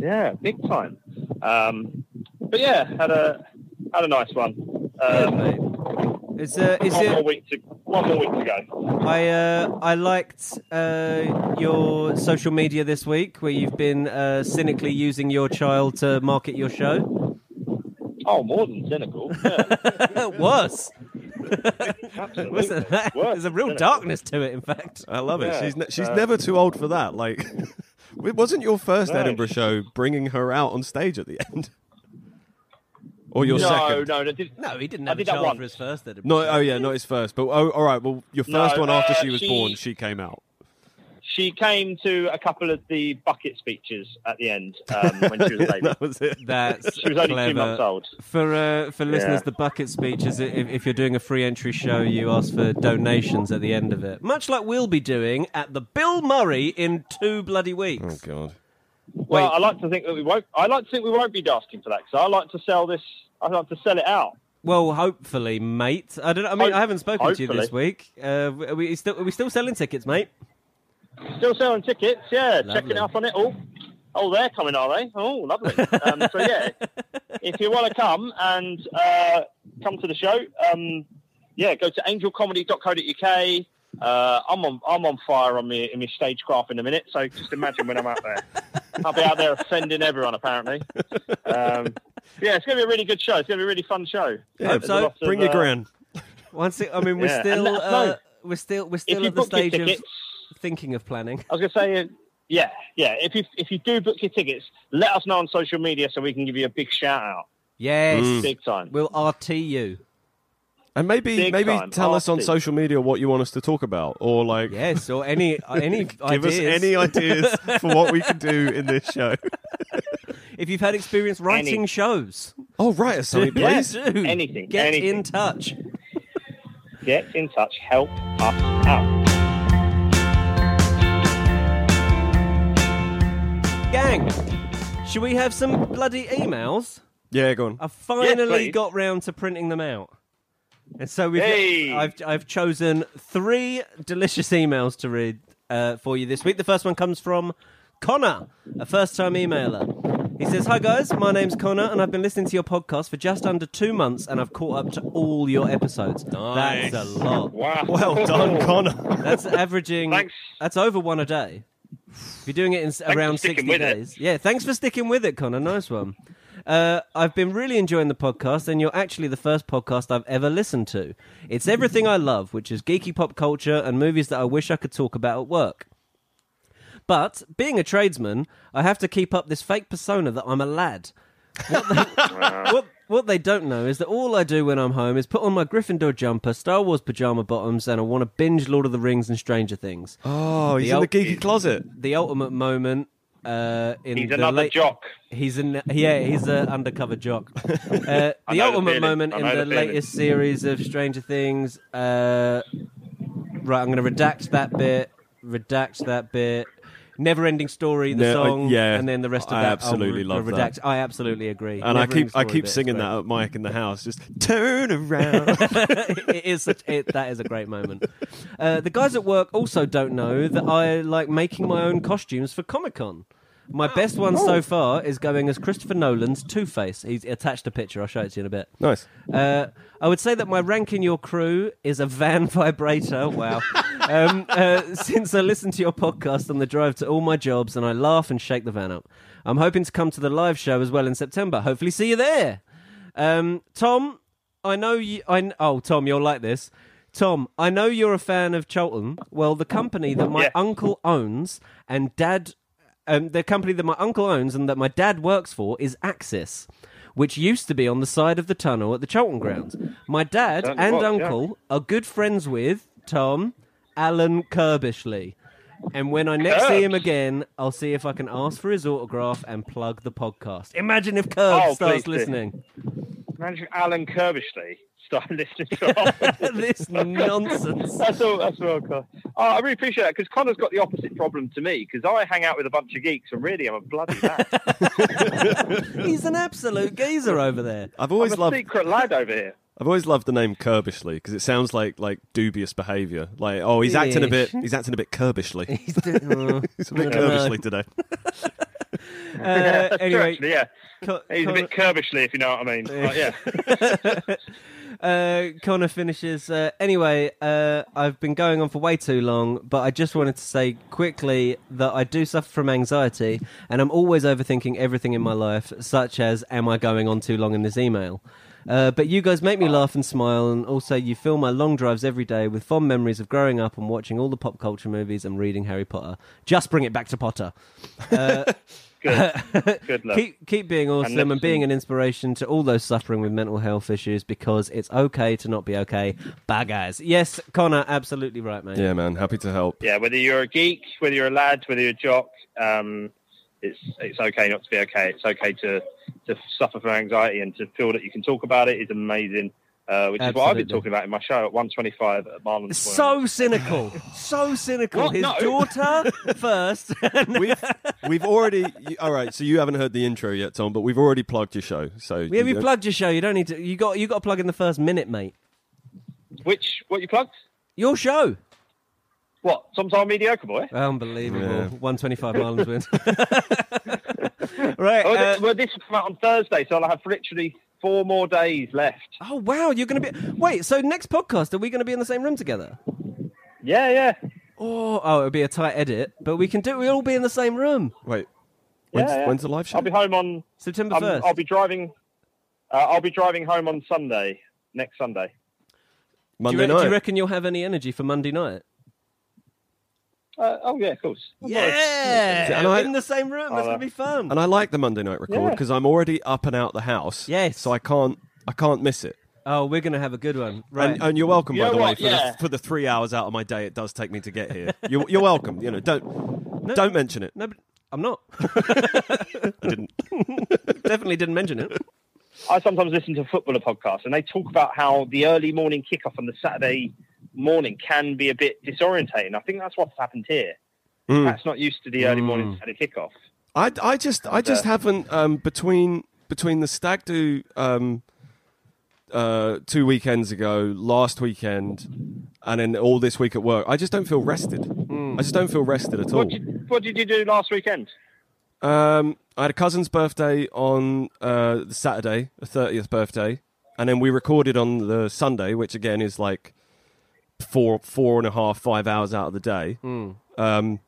Yeah, big time. Um, but yeah, had a had a nice one. Yeah, Um, mate. It's uh, is one it? more week to one more week to go. I uh, I liked uh, your social media this week, where you've been uh, cynically using your child to market your show. Oh, more than cynical. Yeah, Worse, absolutely. was it that? Worse There's a real than cynical. darkness to it. In fact, I love it. Yeah, she's ne- she's uh, never too old for that. Like, it wasn't your first No. Edinburgh show bringing her out on stage at the end, or your no, second? no, that did, no, he didn't I have a did that child once. for his first. Edinburgh. No, oh yeah, not his first. But oh, all right. Well, your No, first one after uh, she was she- born, she came out. She came to a couple of the bucket speeches at the end um, when she was a baby. that was it. That's She was only clever. two months old. For uh, for listeners, Yeah. the bucket speech is i- if, if you're doing a free entry show, you ask for donations at the end of it, much like we'll be doing at the Bill Murray in two bloody Oh weeks. god. Well, Wait. I like to think that we won't. I like to think we won't be asking for that because I like to sell this. I like to sell it out. Well, hopefully, mate. I don't. I mean, Hope- I haven't spoken to you this hopefully. week. Uh, are we still are we still selling tickets, mate? Still selling tickets. Yeah, Lovely. checking up on it. Oh, oh, they're coming, are they? Oh, lovely. um, so yeah, if you want to come and uh, come to the show, um, yeah, go to angelcomedy.co.uk. Uh, I'm on I'm on fire on me in my stagecraft in a minute. So just imagine when I'm out there. I'll be out there offending everyone apparently. Um, yeah, it's gonna be a really good show. It's gonna be a really fun show. Yeah, There's a so lot of, Bring your uh, gran. Once it, I mean, we're Yeah, and still let us know. uh, we're still we're If still you at the book your stage of tickets, thinking of planning. I was gonna say, uh, yeah, yeah. If you if you do book your tickets, let us know on social media so we can give you a big shout out, Yes, big time. Mm. we'll RT you. And maybe Big maybe time, tell us on arty. social media what you want us to talk about, or like Yes, or any any give ideas. us any ideas for what we can do in this show. if you've had experience writing Any. shows. Oh, write us something, Yeah, please. do. Anything, Get anything. in touch. Get in touch, help us out. Gang, should we have some bloody emails? Yeah, go on. I finally please. got round to printing them out. And so we've, Hey. I've, I've chosen three delicious emails to read uh, for you this week. The first one comes from Connor, a first time emailer. He says, Hi guys, my name's Connor, and I've been listening to your podcast for just under two months, and I've caught up to all your episodes. Nice. That's a lot. Wow. Well Oh. done, Connor. That's averaging. Thanks. That's over one a day. If you're doing it in s- around for sticking 60 with it. days. Yeah, thanks for sticking with it, Connor. Nice one. Uh, I've been really enjoying the podcast, and you're actually the first podcast I've ever listened to. It's everything I love, which is geeky pop culture and movies that I wish I could talk about at work. But being a tradesman, I have to keep up this fake persona that I'm a lad. What they, what, what they don't know is that all I do when I'm home is put on my Gryffindor jumper, Star Wars pajama bottoms, and I want to binge Lord of the Rings and Stranger Things. Oh, he's The in the old- geeky closet. The ultimate moment uh, in He's the another late- jock. He's an yeah, he's an undercover jock. Uh, the know the ultimate feeling. moment I in know the the feeling. latest series of Stranger Things. Uh, right, I'm going to redact that bit. Redact that bit. Never ending story, the No, I- song, yeah, and then the rest of I that. I'll absolutely re- love redact. that. I absolutely agree. And I Never-ending keep I story keep bit, singing it's that at Mike in the house. Just turn around. it is such it, that is a great moment. Uh, the guys at work also don't know that I like making my own costumes for Comic Con. My best one so far is going as Christopher Nolan's Two Face. He's attached a picture. I'll show it to you in a bit. nice. Uh, I would say that my rank in your crew is a van vibrator. Wow. um, uh, since I listen to your podcast on the drive to all my jobs and I laugh and shake the van up. I'm hoping to come to the live show as well in September. Hopefully, see you there. Um, Tom, I know you. I, kn- oh, Tom, you'll like this. Tom, I know you're a fan of Cholton. Well, the company that my Yeah. uncle owns and dad, um, the company that my uncle owns and that my dad works for is Axis, which used to be on the side of the tunnel at the Cholton grounds. My dad Don't and what, yeah. uncle are good friends with Tom, Alan Kirbishley. And when I next see Kirbs? him again, I'll see if I can ask for his autograph and plug the podcast. Imagine if Curb Oh, starts please do. listening. Manager Alan Kirbishley start listening to afterwards. this nonsense. That's all. That's all, Connor. Oh, I really appreciate that because Connor's got the opposite problem to me because I hang out with a bunch of geeks and really I'm a bloody lad. He's an absolute geezer over there. I've I'm always a loved secret lad over here. I've always loved the name Curbishly because it sounds like like dubious behaviour. Like oh, he's acting a bit he's acting a bit Curbishly. He's doing, oh. He's a bit I don't know. Curbishly today. Uh, That's true, anyway, actually, yeah. Co- He's a Connor, bit curbishly, if you know what I mean. Like, yeah. uh, Connor finishes. Uh, anyway, uh, I've been going on for way too long, but I just wanted to say quickly that I do suffer from anxiety, and I'm always overthinking everything in my life, such as am I going on too long in this email. Uh, but you guys make me laugh and smile, and also you fill my long drives every day with fond memories of growing up and watching all the pop culture movies and reading Harry Potter. Just bring it back to Potter. Good. Good luck. keep keep being awesome and, listen. being an inspiration to all those suffering with mental health issues because it's okay to not be okay. Bye guys. Yes, Connor, absolutely right, mate. Yeah, man, happy to help. Yeah, whether you're a geek, whether you're a lad, whether you're a jock, um, it's it's okay not to be okay. It's okay to to suffer from anxiety and to feel that you can talk about it is amazing. Uh, which is what I've been Absolutely. talking about in my show at 125 at Marlon's. So cynical. so cynical. What? His No. daughter first. We've we've already you, all right. So you haven't heard the intro yet, Tom, but we've already plugged your show. So We have you- you plugged your show. You don't need to you got you got to plug in the first minute, mate. Which what you plugged? Your show. What? Sometime mediocre boy. Uh, Unbelievable. Yeah. 125 Marlins win. right. Oh, uh, thi- well, this will come out on Thursday, so I'll have literally four more days left. oh wow, you're going to be Wait, so next podcast are we going to be in the same room together? Yeah, yeah, Oh, oh, it'll be a tight edit, but we can do. We'll all be in the same room, Wait, when's, yeah. when's the live show? I'll be home on. September I'm- first. I'll be driving. Uh, I'll be driving home on Sunday next Sunday. do, you Monday re- do you night. reckon you'll have any energy for Monday night? Uh, oh yeah, of course. Yeah, And I- in the same room. That's I'll, uh, gonna be fun. and I like the Monday night record Yeah. because I'm already up and out the house. Yes. So I can't I can't miss it. Oh, we're gonna have a good one, right? And, and you're welcome, You by know the way, what? for, Yeah. the, for the three hours out of my day it does take me to get here. You're, you're welcome. You know, don't don't mention it. no, but I'm not. I didn't. Definitely didn't mention it. I sometimes listen to footballer podcasts, and they talk about how the early morning kickoff on the Saturday morning can be a bit disorientating. I think that's what's happened here. Hmm. That's not used to the early morning Saturday kickoff. I, I just I just haven't um, between between the stag do um, uh, two weekends ago, last weekend, and then all this week at work. I just don't feel rested. I just don't feel rested at all. Hmm. What Oh. did, what did you do last weekend? Um, I had a cousin's birthday on uh, the Saturday, the thirtieth birthday, and then we recorded on the Sunday, which again is like four, four and a half, five hours out of the day. Um,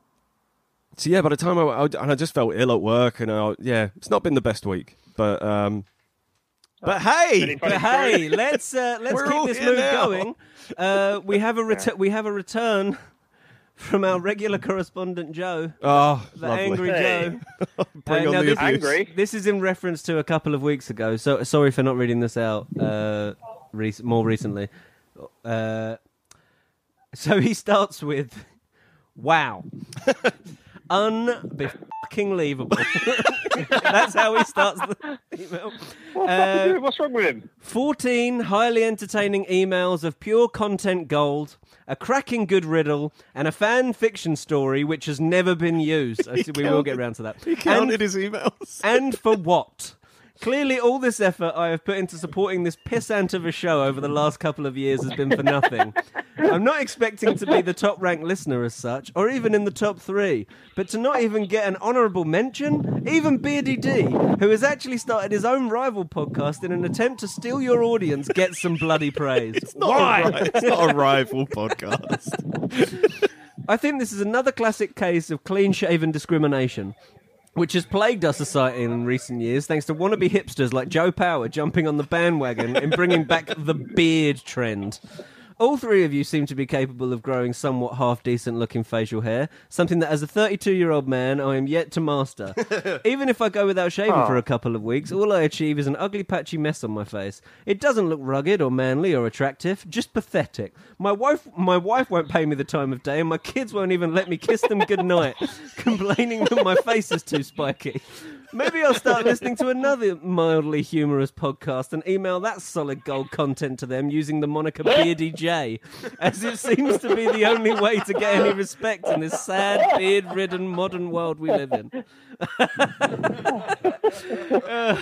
so yeah, by the time I, I and I just felt ill at work, and I, yeah, it's not been the best week, but um, but hey, Any But hey, funny stories? let's uh, let's We're keep all this here mood now. going. Uh, we have a retu- we have a return from our regular correspondent Joe, oh, the lovely. angry Hey. Joe. Bring Uh, on now the this- abuse. Angry? This is in reference to a couple of weeks ago. So sorry for not reading this out uh, rec- more recently. Uh, so he starts with, "Wow, unbelievable." That's how he starts the email. Uh, What's, happened? what's wrong with him? 14 highly entertaining emails of pure content gold, a cracking good riddle, and a fan fiction story which has never been used. I see- we will get round to that. And, Counted his emails. and for what? Clearly, all this effort I have put into supporting this pissant of a show over the last couple of years has been for nothing. I'm not expecting to be the top ranked listener as such, or even in the top three, but to not even get an honourable mention, even Beardy D, who has actually started his own rival podcast in an attempt to steal your audience, gets some bloody praise. Why? It's not a rival podcast. I think this is another classic case of clean shaven discrimination. Which has plagued our society in recent years, thanks to wannabe hipsters like Joe Power jumping on the bandwagon and bringing back the beard trend. All three of you seem to be capable of growing somewhat half decent looking facial hair, something that as a 32 year old man I am yet to master. Even if I go without shaving for a couple of weeks, all I achieve is an ugly patchy mess on my face. It doesn't look rugged or manly or attractive, just pathetic. My wife my wife won't pay me the time of day and my kids won't even let me kiss them goodnight, complaining that my face is too spiky. Maybe I'll start listening to another mildly humorous podcast and email that solid gold content to them using the moniker Beardy J, as it seems to be the only way to get any respect in this sad, beard ridden modern world we live in. Uh,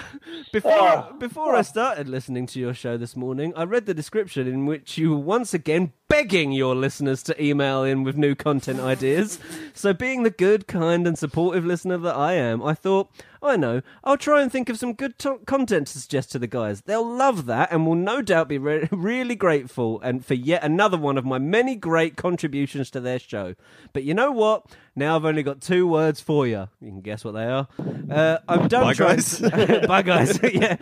before, before I started listening to your show this morning, I read the description in which you were once again begging your listeners to email in with new content ideas. So, being the good, kind, and supportive listener that I am, I thought, I know, I'll try and think of some good to- content to suggest to the guys. They'll love that and will no doubt be re- really grateful and for yet another one of my many great contributions to their show. But you know what? Now I've only got two words for you. You can guess what they are. Uh, I'm done. Bye, trying- guys. Bye guys. yeah,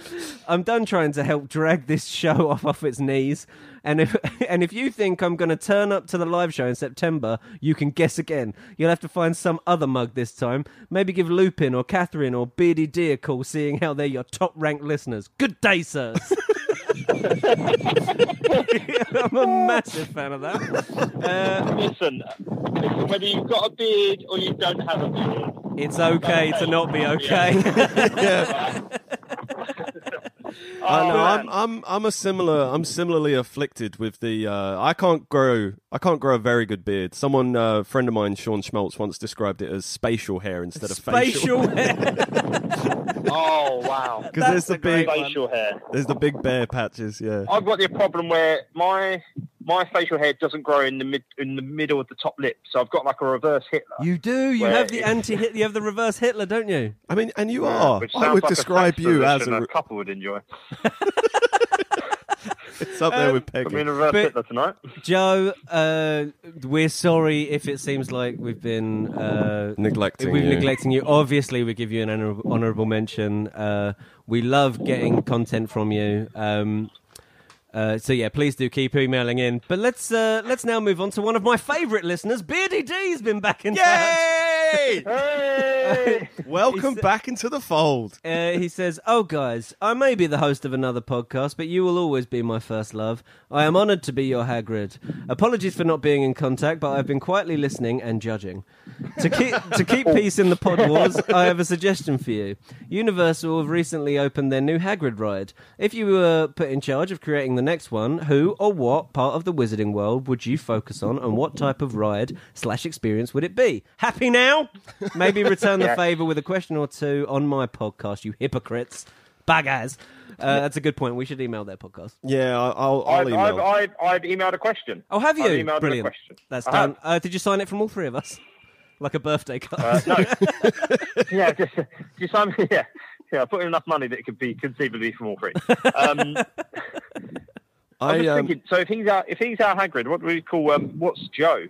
I'm done trying to help drag this show off off its knees. And if and if you think I'm going to turn up to the live show in September, you can guess again. You'll have to find some other mug this time. Maybe give Lupin or Catherine or Beardy D a call, seeing how they're your top ranked listeners. Good day, sirs. I'm a massive fan of that. Uh, Listen, listen, whether you've got a beard or you don't have a beard, it's okay to not be okay. I know. Oh, I'm, man. I'm I'm a similar. I'm similarly afflicted with the. Uh, I can't grow. I can't grow a very good beard. Someone, uh, a friend of mine, Sean Schmaltz, once described it as spatial hair instead of facial. Spatial hair. oh wow, Because there's the a great big, one. facial hair. there's the big bare patches. Yeah. I've got the problem where my my facial hair doesn't grow in the mid in the middle of the top lip, so I've got like a reverse Hitler. You do. You Where have the it- anti Hitler. You have the reverse Hitler, don't you? I mean, and you Yeah, are. which Oh, I sounds would like a uh, describe sex you as position a. a couple would enjoy. It's up there with Peggy. I'm in a reverse But- Hitler tonight. Joe, uh, we're sorry if it seems like we've been uh, neglecting. we've you. neglecting you. Obviously, we give you an honor- honourable mention. Uh, we love getting content from you. Um, uh, so yeah, please do keep emailing in. But let's uh, let's now move on to one of my favourite listeners, Beardy D's been back in touch. Yay! Hey! Welcome He's- back into the fold. Uh, he says, Oh, guys, I may be the host of another podcast, but you will always be my first love. I am honoured to be your Hagrid. Apologies for not being in contact, but I've been quietly listening and judging. To keep, to keep peace in the pod wars, I have a suggestion for you. Universal have recently opened their new Hagrid ride. If you were put in charge of creating the next one, who or what part of the wizarding world would you focus on and what type of ride slash experience would it be? Happy now? Maybe return the Yeah. favour with a question or two on my podcast, you hypocrites. Baggers. Uh, that's a good point. We should email their podcast. Yeah, I- I'll, I'll I've, email. I've, I've, I've emailed a question. Oh, have you? I've emailed Brilliant. a question. Uh-huh. That's I have. done. Uh, did you sign it from all three of us? Like a birthday card. Uh, no. yeah, just, just I'm, yeah, yeah. I put in enough money that it could be conceivably from all three. Um, I I, was um, thinking, so if he's our if he's our Hagrid, what do we call? Um, what's Joe?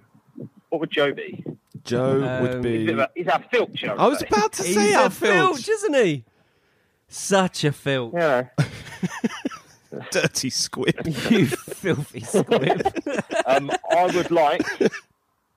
What would Joe be? Joe Um, would He's, a be. bit of a- he's our Filch. I, would I was say. about to He's say a our filch, filch. isn't he? Such a filch. Yeah. Dirty squid. You filthy squib. Um, I would like,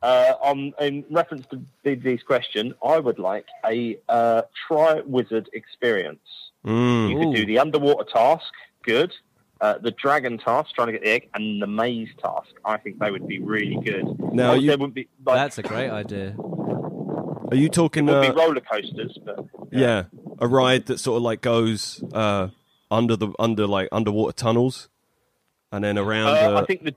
uh, on in reference to BD's question, I would like a uh, try wizard experience. Mm. You could do the underwater task, good. Uh, the dragon task, trying to get the egg, and the maze task. I think they would be really good. Now, Obviously, you- there wouldn't be like, That's a great idea. Are you talking? would be Uh, roller coasters, but yeah, a ride that sort of like goes uh, under the under like underwater tunnels, and then around. Uh, uh, I think the.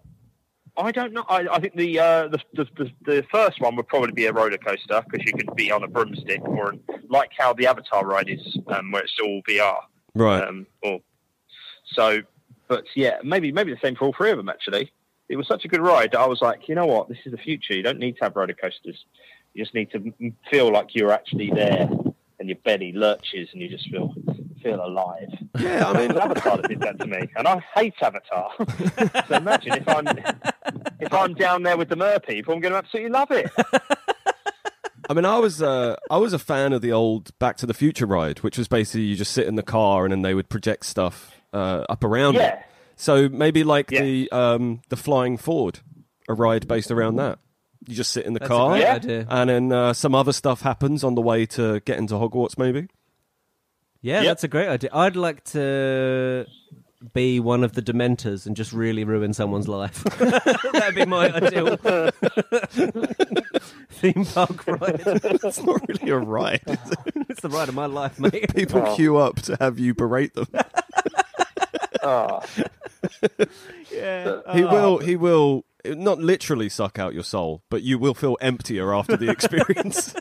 I don't know. I, I think the, uh, the, the the the first one would probably be a roller coaster because you could be on a broomstick or like how the Avatar ride is, um, where it's all VR. right. Um, or so, but yeah, maybe maybe the same for all three of them. Actually, it was such a good ride that I was like, you know what, this is the future. You don't need to have roller coasters. You just need to m- feel like you're actually there, and your belly lurches, and you just feel feel alive. yeah, I I mean, Avatar that did that to me, and I hate Avatar. so imagine if I'm if I'm down there with the mer people, I'm going to absolutely love it. I mean, I was uh, I was a fan of the old Back to the Future ride, which was basically you just sit in the car and then they would project stuff uh, up around Yeah. it. So maybe like Yeah. the um, the flying Ford, a ride based around that. You just sit in the That's a car, great Yeah. idea. and then uh, some other stuff happens on the way to get into Hogwarts. Maybe Yeah, Yep. that's a great idea. I'd like to be one of the Dementors and just really ruin someone's life. That'd be my ideal theme park ride. it's not really a ride. Is it? the ride of my life, mate. People Oh. queue up to have you berate them. Oh, yeah. He will. He will not literally suck out your soul, but you will feel emptier after the experience.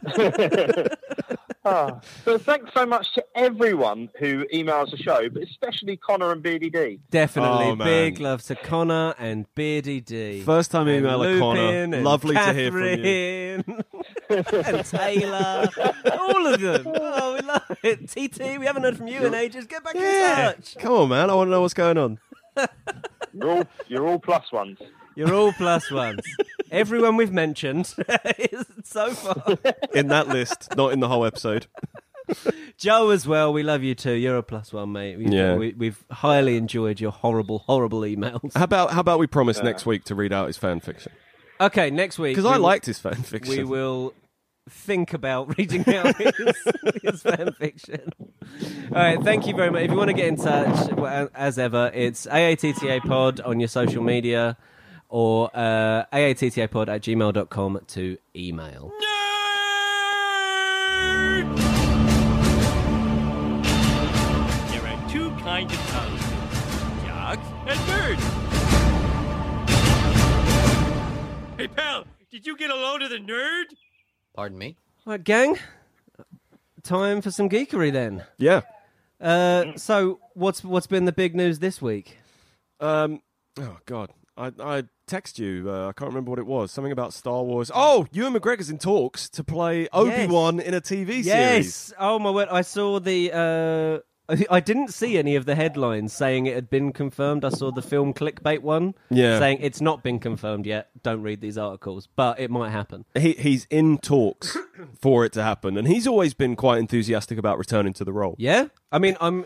oh. So thanks so much to everyone who emails the show, but especially Connor and Beardy D. Definitely. Oh, man. Big love to Connor and Beardy D. First time And emailer, Lupin Connor. and Lovely to hear from you. Catherine and Taylor. All of them. Oh, we love it. TT, we haven't heard from you in ages. Get back Yeah. in touch. Come on, man. I want to know what's going on. You're all, you're all plus ones. You're all plus ones. Everyone we've mentioned is so far. In that list, not in the whole episode. Joe as well. We love you too. You're a plus one, mate. We, Yeah. we, we've highly enjoyed your horrible, horrible emails. How about how about we promise next week to read out his fan fiction? Okay, next week. Because I we- liked his fan fiction. We will think about reading out his, his fan fiction. All right, thank you very much. If you want to get in touch, well, as ever, it's AATTA pod on your social media or uh, AATTA pod at gmail.com to email. There are two kinds of cockatoos dogs and birds. Hey, pal, did you get a load of the nerd? Pardon me? All right, gang, time for some geekery then. yeah. Mm. Uh, so, what's what's been the big news this week? Um. Oh God. I I text you. Uh, I can't remember what it was. Something about Star Wars. Oh, Ewan McGregor's in talks to play Obi Wan in a TV series. Yes. Oh my word! I saw the. Uh, I- I didn't see any of the headlines saying it had been confirmed. I saw the film clickbait one, Yeah. saying it's not been confirmed yet. Don't read these articles, but it might happen. He he's in talks for it to happen, and he's always been quite enthusiastic about returning to the role. Yeah, I mean, I'm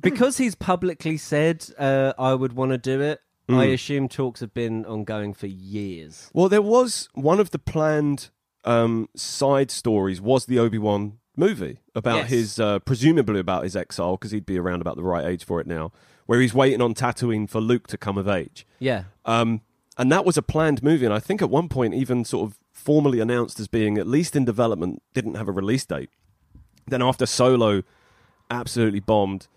because he's publicly said uh, I would want to do it. Mm. I assume talks have been ongoing for years. Well, there was one of the planned um, side stories was the Obi Wan movie about Yes. his uh, presumably about his exile because he'd be around about the right age for it now, where he's waiting on Tatooine for Luke to come of age. Yeah, Um, and that was a planned movie, and I think at one point even sort of formally announced as being at least in development, didn't have a release date. Then after Solo absolutely bombed,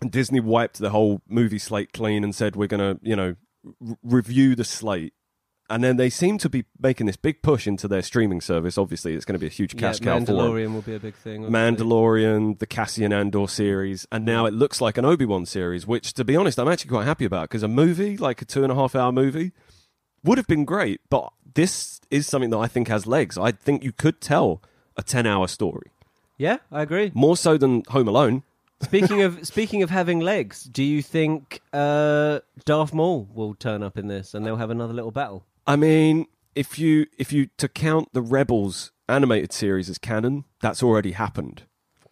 and Disney wiped the whole movie slate clean and said we're going to, you know, r- review the slate. And then they seem to be making this big push into their streaming service. Obviously, it's going to be a huge cash yeah, cow for them. Mandalorian will be a big thing. obviously. Mandalorian, the Cassian Andor series, and now it looks like an Obi Wan series, which, to be honest, I'm actually quite happy about because a movie, like a two and a half hour movie, would have been great, but this is something that I think has legs. I think you could tell a 10 hour story, Yeah, I agree. more so than Home Alone. Speaking of speaking of having legs, do you think uh, Darth Maul will turn up in this and they'll have another little battle? I mean, if you if you to count the Rebels animated series as canon, that's already happened.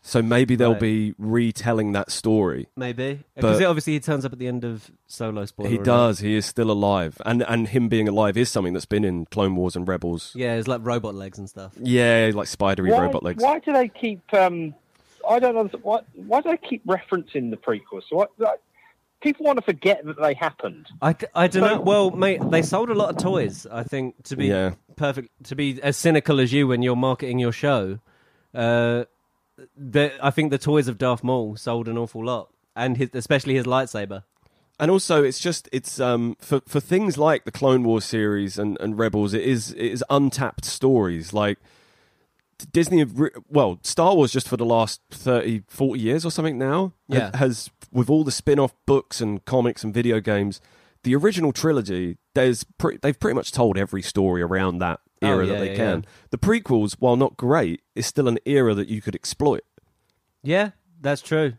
So maybe they'll Right. be retelling that story. Maybe because But- obviously he turns up at the end of Solo. Spoiler. He alert. does. He is still alive, and and him being alive is something that's been in Clone Wars and Rebels. Yeah, it's like robot legs and stuff. Yeah, like spidery Why, robot legs. why do they keep? Um, I don't know. Why, why do they keep referencing the prequels? Why, like, people want to forget that they happened. I, I don't know. Well, mate, they sold a lot of toys. I think to be Yeah. perfect, to be as cynical as you when you're marketing your show, uh, the, I think the toys of Darth Maul sold an awful lot, and his, especially his lightsaber. And also, it's just it's um for for things like the Clone Wars series and and Rebels, it is it is untapped stories like. Disney, have re- well, Star Wars just for the last 30, 40 years or something now, ha- Yeah. has, with all the spin off books and comics and video games, the original trilogy, there's pre- they've pretty much told every story around that Oh, era yeah, that they yeah, can. yeah. The prequels, while not great, is still an era that you could exploit. Yeah, that's true.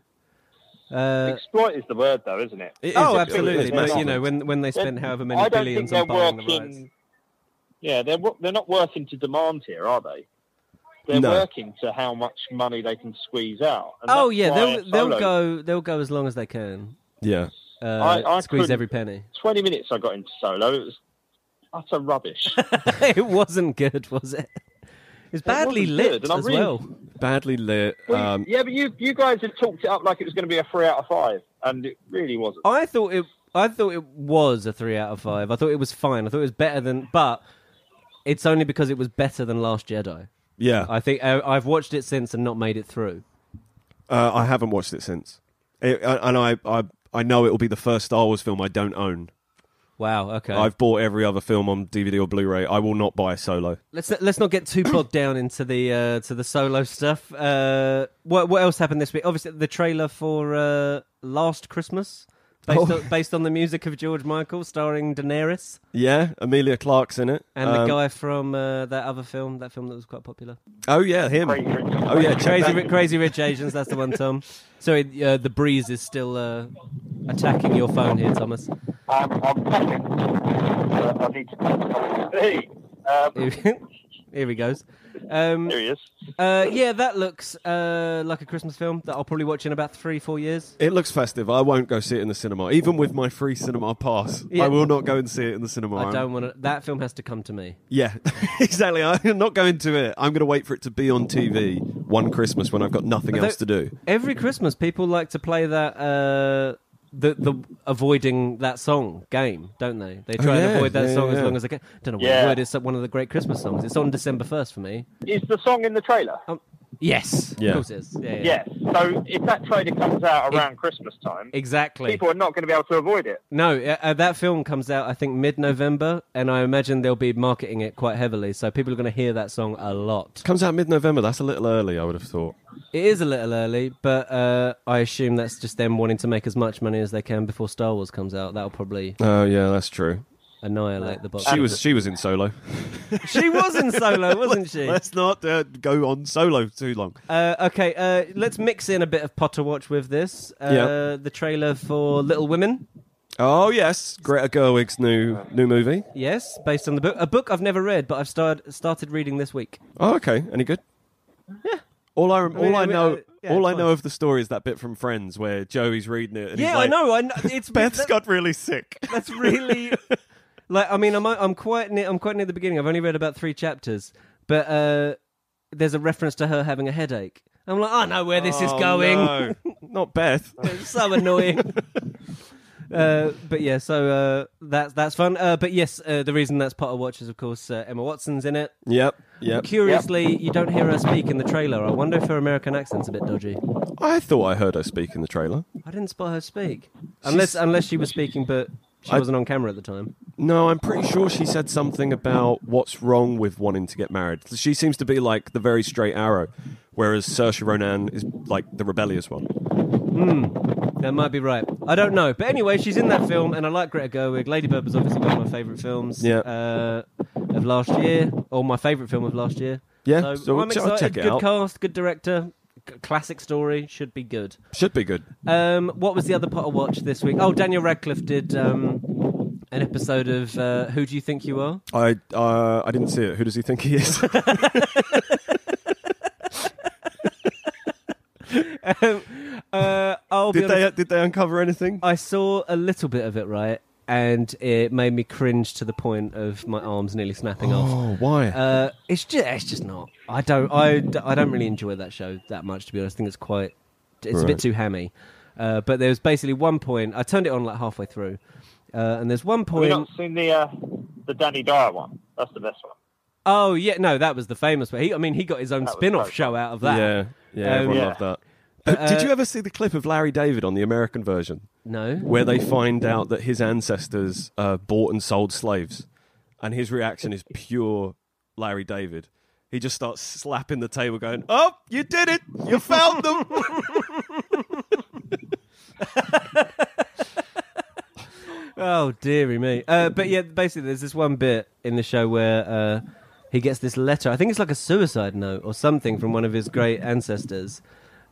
Uh, Exploit is the word, though, isn't it? It oh, is- it absolutely. is But you massive. know, when when they spent They're- however many I don't billions on think they're buying the working. rights. Yeah, they're wo- they're not working to demand here, are they? They're No. working to how much money they can squeeze out. and Oh that's yeah, why they'll they'll Solo- go they'll go as long as they can. Yeah. Uh, I- I squeeze couldn't- every penny. Twenty minutes I got into solo. It was utter rubbish. Um, it wasn't good, was it? It's badly wasn't lit good, and I'm as really- well. badly lit. Well, Um, yeah, but you you guys have talked it up like it was going to be a three out of five, and it really wasn't. I thought it. I thought it was a three out of five. I thought it was fine. I thought it was better than, but it's only because it was better than Last Jedi. Yeah, I think uh, I've watched it since and not made it through. uh, I haven't watched it since, It- I- and I, I I know it will be the first Star Wars film I don't own. Wow. Okay. I've bought every other film on DVD or Blu-ray. I will not buy Solo. Let's let's not get too bogged down into the uh, to the solo stuff. Uh, what what else happened this week? Obviously, the trailer for uh, Last Christmas, based, on, based on the music of George Michael, starring Daenerys Yeah, Amelia Clark's in it, and Um, the guy from uh, that other film, that film that was quite popular, Oh yeah, him. Oh Oh yeah, Crazy Crazy. Ri- Crazy Rich Asians. That's the one, Tom. Sorry, uh, the breeze is still uh, attacking your phone here, Thomas. I'm, Um, I'm packing. Uh, I need to. Hey, um, Here here he goes. Um, there he is. uh, yeah, that looks uh, like a Christmas film that I'll probably watch in about three, four years. It looks festive. I won't go see it in the cinema, even with my free cinema pass. Yeah. I will not go and see it in the cinema. I I'm- don't want to. That film has to come to me. Yeah, exactly. I'm not going to it. I'm going to wait for it to be on TV one Christmas when I've got nothing Although- else to do. Every Christmas, people like to play that uh, the the avoiding that song game, don't they? They try and Oh, yeah, avoid that yeah, song as yeah. long as they can. Don't know what Yeah. word it's one of the great Christmas songs. It's on December first for me. Is the song in the trailer? Um, yes, Yeah. of course it is. Yeah, yeah. Yes. So if that trailer comes out around Christmas time, exactly. people are not going to be able to avoid it. No, uh, uh, that film comes out I think mid-November, and I imagine they'll be marketing it quite heavily, so people are going to hear that song a lot. Comes out mid-November. That's a little early, I would have thought. It is a little early, but uh, I assume that's just them wanting to make as much money as they can before Star Wars comes out. That'll probably Oh yeah, that's true. annihilate the box. She was she was in Solo. she was in solo, wasn't she? Let's not uh, go on Solo too long. Uh, okay, uh, let's mix in a bit of Potter Watch with this. Uh, Yeah. The trailer for Little Women, Oh yes, Greta Gerwig's new new movie. yes, based on the book. A book I've never read, but I've started started reading this week. Oh okay, any good? Yeah. All I rem- mean, all I I mean, know I- yeah, all I fine. know of the story is that bit from Friends where Joey's reading it. And he's yeah, like, I know. I know. It's Beth's that- got really sick. That's really like. I mean, I'm I'm quite near. I'm quite near the beginning. I've only read about three chapters, but uh, there's a reference to her having a headache. I'm like, I know where this is Oh, going. no. Not Beth. It's so annoying. Uh, but yeah, so uh, that's that's fun. Uh, but yes, uh, the reason that's Potter Watch is, of course, uh, Emma Watson's in it. yep. Yep. Curiously, you don't hear her speak in the trailer. I wonder if her American accent's a bit dodgy. I thought I heard her speak in the trailer. I didn't spot her speak, unless unless she was speaking, but she I- wasn't on camera at the time. No, I'm pretty sure she said something about what's wrong with wanting to get married. She seems to be like the very straight arrow, whereas Saoirse Ronan is like the rebellious one. That might be right. I don't know. But anyway, she's in that film, and I like Greta Gerwig. Lady Bird was obviously one of my favourite films Yeah. uh, of last year, or my favourite film of last year. Yeah, So, so I'm ch- I'll excited. check it good out. cast, good director, c- classic story. Should be good. Should be good. Um, what was the other Potter watch this week? Oh, Daniel Radcliffe did um, an episode of uh, Who Do You Think You Are? I uh, I didn't see it. Who does he think he is? Uh, I'll be did honest- they did they uncover anything? uh, I saw a little bit of it, right? And it made me cringe to the point of my arms nearly snapping off. Oh, why? Uh, it's just it's just not. I don't I, d- I don't really enjoy that show that much to be honest. I think it's quite it's a Right. bit too hammy. Uh, but there was basically one point I turned it on like halfway through, uh, and there's one Have you point. not seen the uh, the Danny Dyer one? That's the best one. Oh yeah, no, that was the famous one. He, I mean, he got his own That was spin-off great. show out of that. Uh, yeah, yeah, Um, everyone yeah. loved that. did you ever see the clip of Larry David on the American version? No. where they find out that his ancestors uh, bought and sold slaves, and his reaction is pure Larry David. He just starts slapping the table, going, "Oh, you did it! You found them!" Oh dearie me. Uh, but yeah, basically, there's this one bit in the show where uh, he gets this letter. I think it's like a suicide note or something from one of his great ancestors,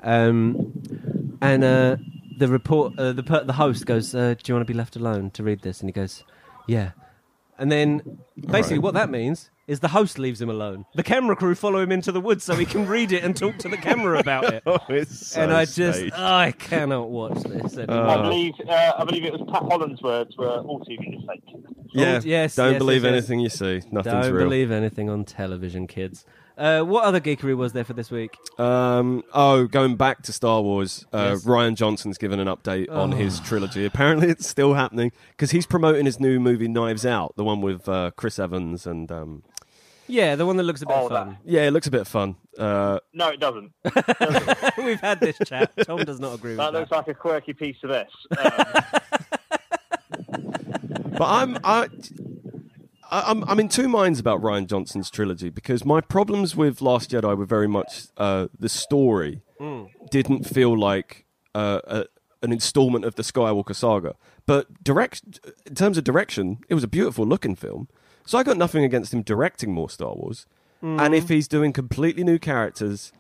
um, and uh, the report, uh, the per- the host goes, uh, "Do you want to be left alone to read this?" And he goes, "Yeah." And then basically, what that means is the host leaves him alone. The camera crew follow him into the woods so he can read it and talk to the camera about it. oh, it's so and I just, staged. I cannot watch this. anymore. I believe uh, I believe it was Pat Holland's words were all TV is fake. yeah, Oh, yes, don't yes, believe yes, yes. anything you see. Nothing's Don't real. believe anything on television, kids. Uh, what other geekery was there for this week? Um, oh, going back to Star Wars, uh, Yes. Oh. Ryan Johnson's given an update on his trilogy. Apparently, it's still happening because he's promoting his new movie Knives Out, the one with uh, Chris Evans and um, Yeah, the one that looks a bit Oh, that- fun. Yeah, it looks a bit fun. Uh, No, it doesn't. We've had this chat. Tom does not agree with That that. looks like a quirky piece of S. Um, But I'm I, I- I'm I'm in two minds about Ryan Johnson's trilogy because my problems with Last Jedi were very much uh, the story didn't feel like uh, a, an installment of the Skywalker saga. But direct in terms of direction, it was a beautiful looking film. So I got nothing against him directing more Star Wars. And if he's doing completely new characters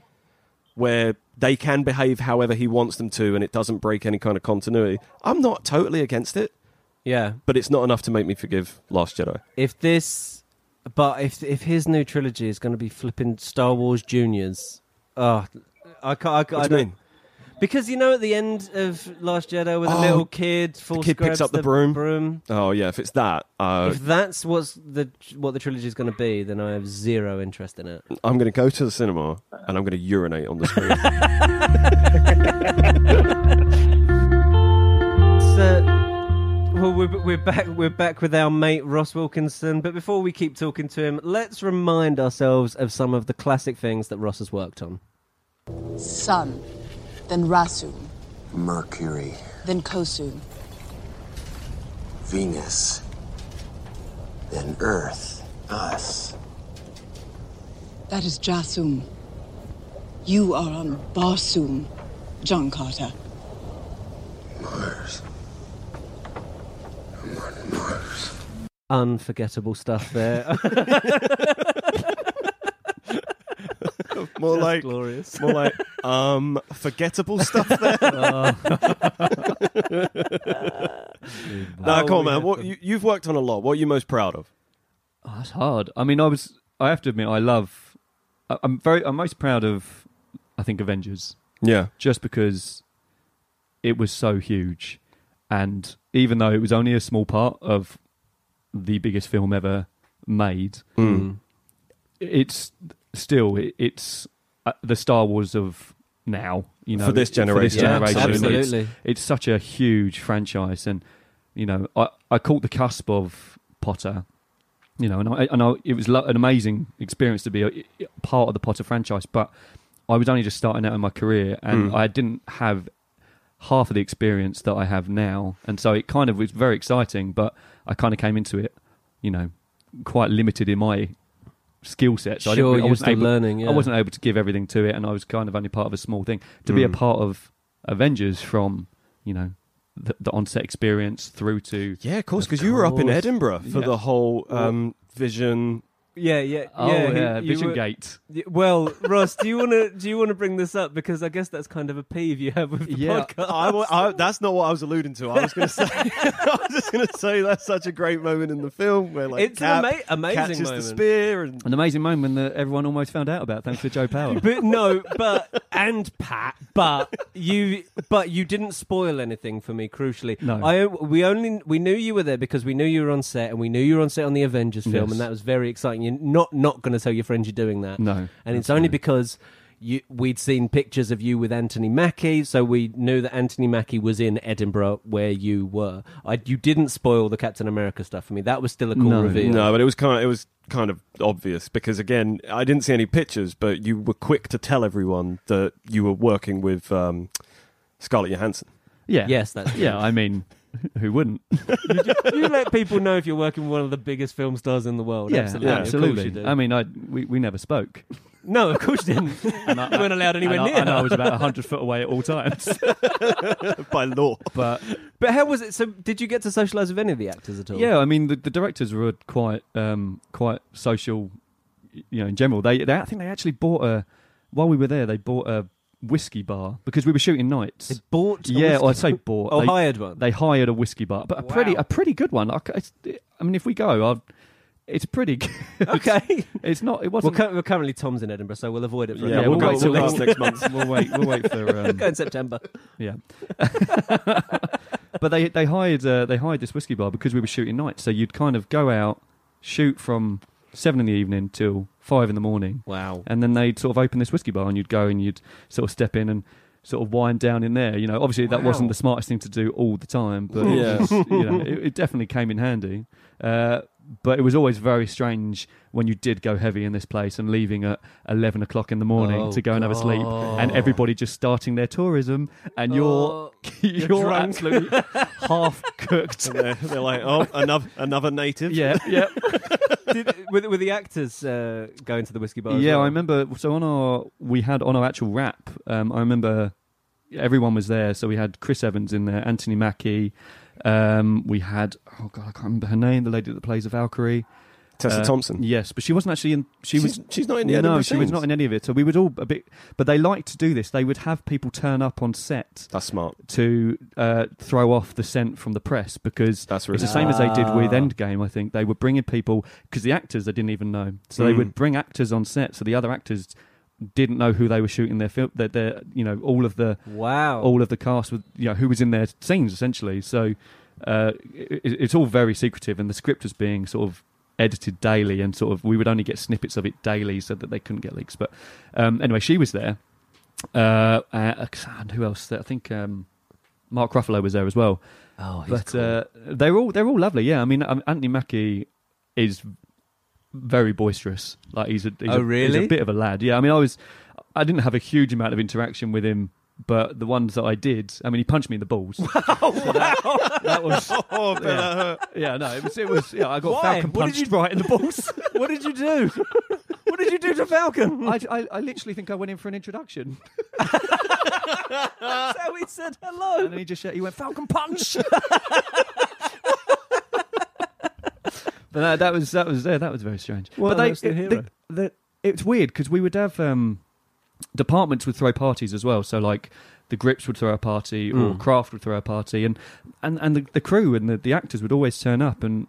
where they can behave however he wants them to and it doesn't break any kind of continuity, I'm not totally against it Yeah. but it's not enough to make me forgive Last Jedi. If this, but if if his new trilogy is going to be flipping Star Wars Juniors, oh, I can't. I, can't- I What do don't- you mean? Because you know, at the end of Last Jedi, where the Oh, little kid, full kid picks up the broom. Oh yeah, if it's that, uh, If that's what's the what the trilogy is going to be, then I have zero interest in it. I'm going to go to the cinema and I'm going to urinate on the screen. So, well, we're, we're back. We're back with our mate Ross Wilkinson. But before we keep talking to him, let's remind ourselves of some of the classic things that Ross has worked on. Sun, then Rasu, Mercury, then Kosu, Venus, then Earth, us. that is Jasum. You are on Barsoom, John Carter. Unforgettable stuff there. more like, glorious. more like, um, forgettable stuff. There. Oh. no, come on, man. What you, you've worked on a lot. What are you most proud of? Oh, that's hard. I mean, I was. I have to admit, I love. I, I'm very. I'm most proud of. I think Avengers, Yeah, just because it was so huge, and even though it was only a small part of the biggest film ever made, Hmm. it's still it, it's uh, the Star Wars of now. You know, For this generation. Yeah, It's- absolutely. it's such a huge franchise, and you know, I I caught the cusp of Potter, you know, and I and I, it was lo- an amazing experience to be a, a part of the Potter franchise, but I was only just starting out in my career, Hmm. and I didn't have half of the experience that I have now, and so it kind of was very exciting, but I kind of came into it, you know, quite limited in my skill set. So I, Sure, didn't, you I were wasn't still able, learning, yeah. I wasn't able to give everything to it, and I was kind of only part of a small thing. To Hmm. be a part of Avengers from, you know, the, the onset experience through to yeah, of course, because you were up in course. Edinburgh for Yeah. the whole um, Vision. Yeah, yeah, oh yeah. yeah, he- you Vision were- Gate. y- Well, Ross, do you want to do you want to bring this up because I guess that's kind of a peeve you have with the Yeah. podcast. I, wa- I- that's not what I was alluding to. I was going to say, I was just going to say that's such a great moment in the film where like It's an Cap ama- amazing catches moment. the spear and An amazing moment that everyone almost found out about thanks to Joe Power. But no, but and Pat, but you, but you didn't spoil anything for me. Crucially, No. I we only we knew you were there because we knew you were on set, and we knew you were on set on the Avengers film, Yes. and that was very exciting. You're not not going to tell your friends you're doing that. No, and it's only because you we'd seen pictures of you with Anthony Mackie, so we knew that Anthony Mackie was in Edinburgh where you were. I you didn't spoil the Captain America stuff for me. That was still a cool No. reveal. No, but it was kind of, it was kind of obvious because again, I didn't see any pictures, but you were quick to tell everyone that you were working with um, Scarlett Johansson. yeah, Yes, that's yeah. I mean, who wouldn't? you let people know if you're working with one of the biggest film stars in the world. Yeah, absolutely. yeah, Of course you absolutely. do. I mean, I we, we never spoke. no, of course you didn't. And I, you weren't allowed anywhere and I- near. and I was about hundred foot away at all times. By law, But But how was it? So, did you get to socialise with any of the actors at all? Yeah, I mean the, the directors were quite um, quite social, y- you know, in general. They, they I think they actually bought a while we were there they bought a whiskey bar because we were shooting They nights. bought. a yeah, whiskey- or I say bought. Oh, they, hired one. They hired a whiskey bar, but a pretty Wow. a pretty good one. I, c- it's, I mean, if we go, I'll, it's pretty. Good. okay. it's not. It well, wasn't. cur- well, currently Tom's in Edinburgh, so we'll avoid it. For Yeah, now. we'll go till we'll- next- next month. We'll wait. We'll wait for. Um, Go in September. Yeah. but they they hired uh, they hired this whiskey bar because we were shooting nights, so you'd kind of go out, shoot from seven in the evening till five in the morning, Wow. and then they'd sort of open this whiskey bar, and you'd go and you'd sort of step in and sort of wind down in there. You know, obviously that wasn't Hmm. the smartest thing to do all the time, but it Yeah. was, you know, it, it definitely came in handy. Uh, but it was always very strange when you did go heavy in this place and leaving at 11 o'clock in the morning Oh, to go and have a sleep and everybody just starting their tourism and you're, Oh, you're, drunk. absolutely half cooked. They're, they're like, oh, another another native. Yeah, yeah. Did, were, were the actors uh, going to the whiskey bar? as Yeah, well? I remember. So on our, we had on our actual wrap. Um, I remember everyone was there. So we had Chris Evans in there, Anthony Mackie. Um, we had oh god, I can't remember her name. The lady that plays the Valkyrie, Tessa Uh, Thompson. Yes, but she wasn't actually in. She She's- was. she's not in the No, Edinburgh she was scenes. not in any of it. So we would all a bit. But they liked to do this. They would have people turn up on set That's smart. to uh, throw off the scent from the press because That's really it's the same as they did with Endgame. I think they were bringing people because the actors they didn't even know, so they Mm. would bring actors on set, so the other actors didn't know who they were shooting their film. That their you know all of the Wow. all of the cast with you know who was in their scenes essentially. So uh, it, it's all very secretive, and the script was being sort of edited daily, and sort of we would only get snippets of it daily, so that they couldn't get leaks. But um, anyway, she was there. Uh, uh, and who else? I think um, Mark Ruffalo was there as well. Oh, he's but cool. uh, they're all they're all lovely. Yeah, I mean um, Anthony Mackie is very boisterous. Like he's a he's, Oh, a, he's really? a bit of a lad. Yeah, I mean I was I didn't have a huge amount of interaction with him, but the ones that I did, I mean he punched me in the balls. So that, that was Oh, but that hurt. yeah no it was it was yeah I got Why? falcon What did punched you- right in the balls. what did you do? what did you do to Falcon? I, I I literally think I went in for an introduction. That's how he said hello. And then he just shouted- he went Falcon Punch. but that, that was that was yeah, that was very strange. Well, but they, that's the it- hero. the- the- it's weird because we would have um, departments would throw parties as well. So like the grips would throw a party or Mm. craft would throw a party, and and and the, the crew and the, the actors would always turn up. And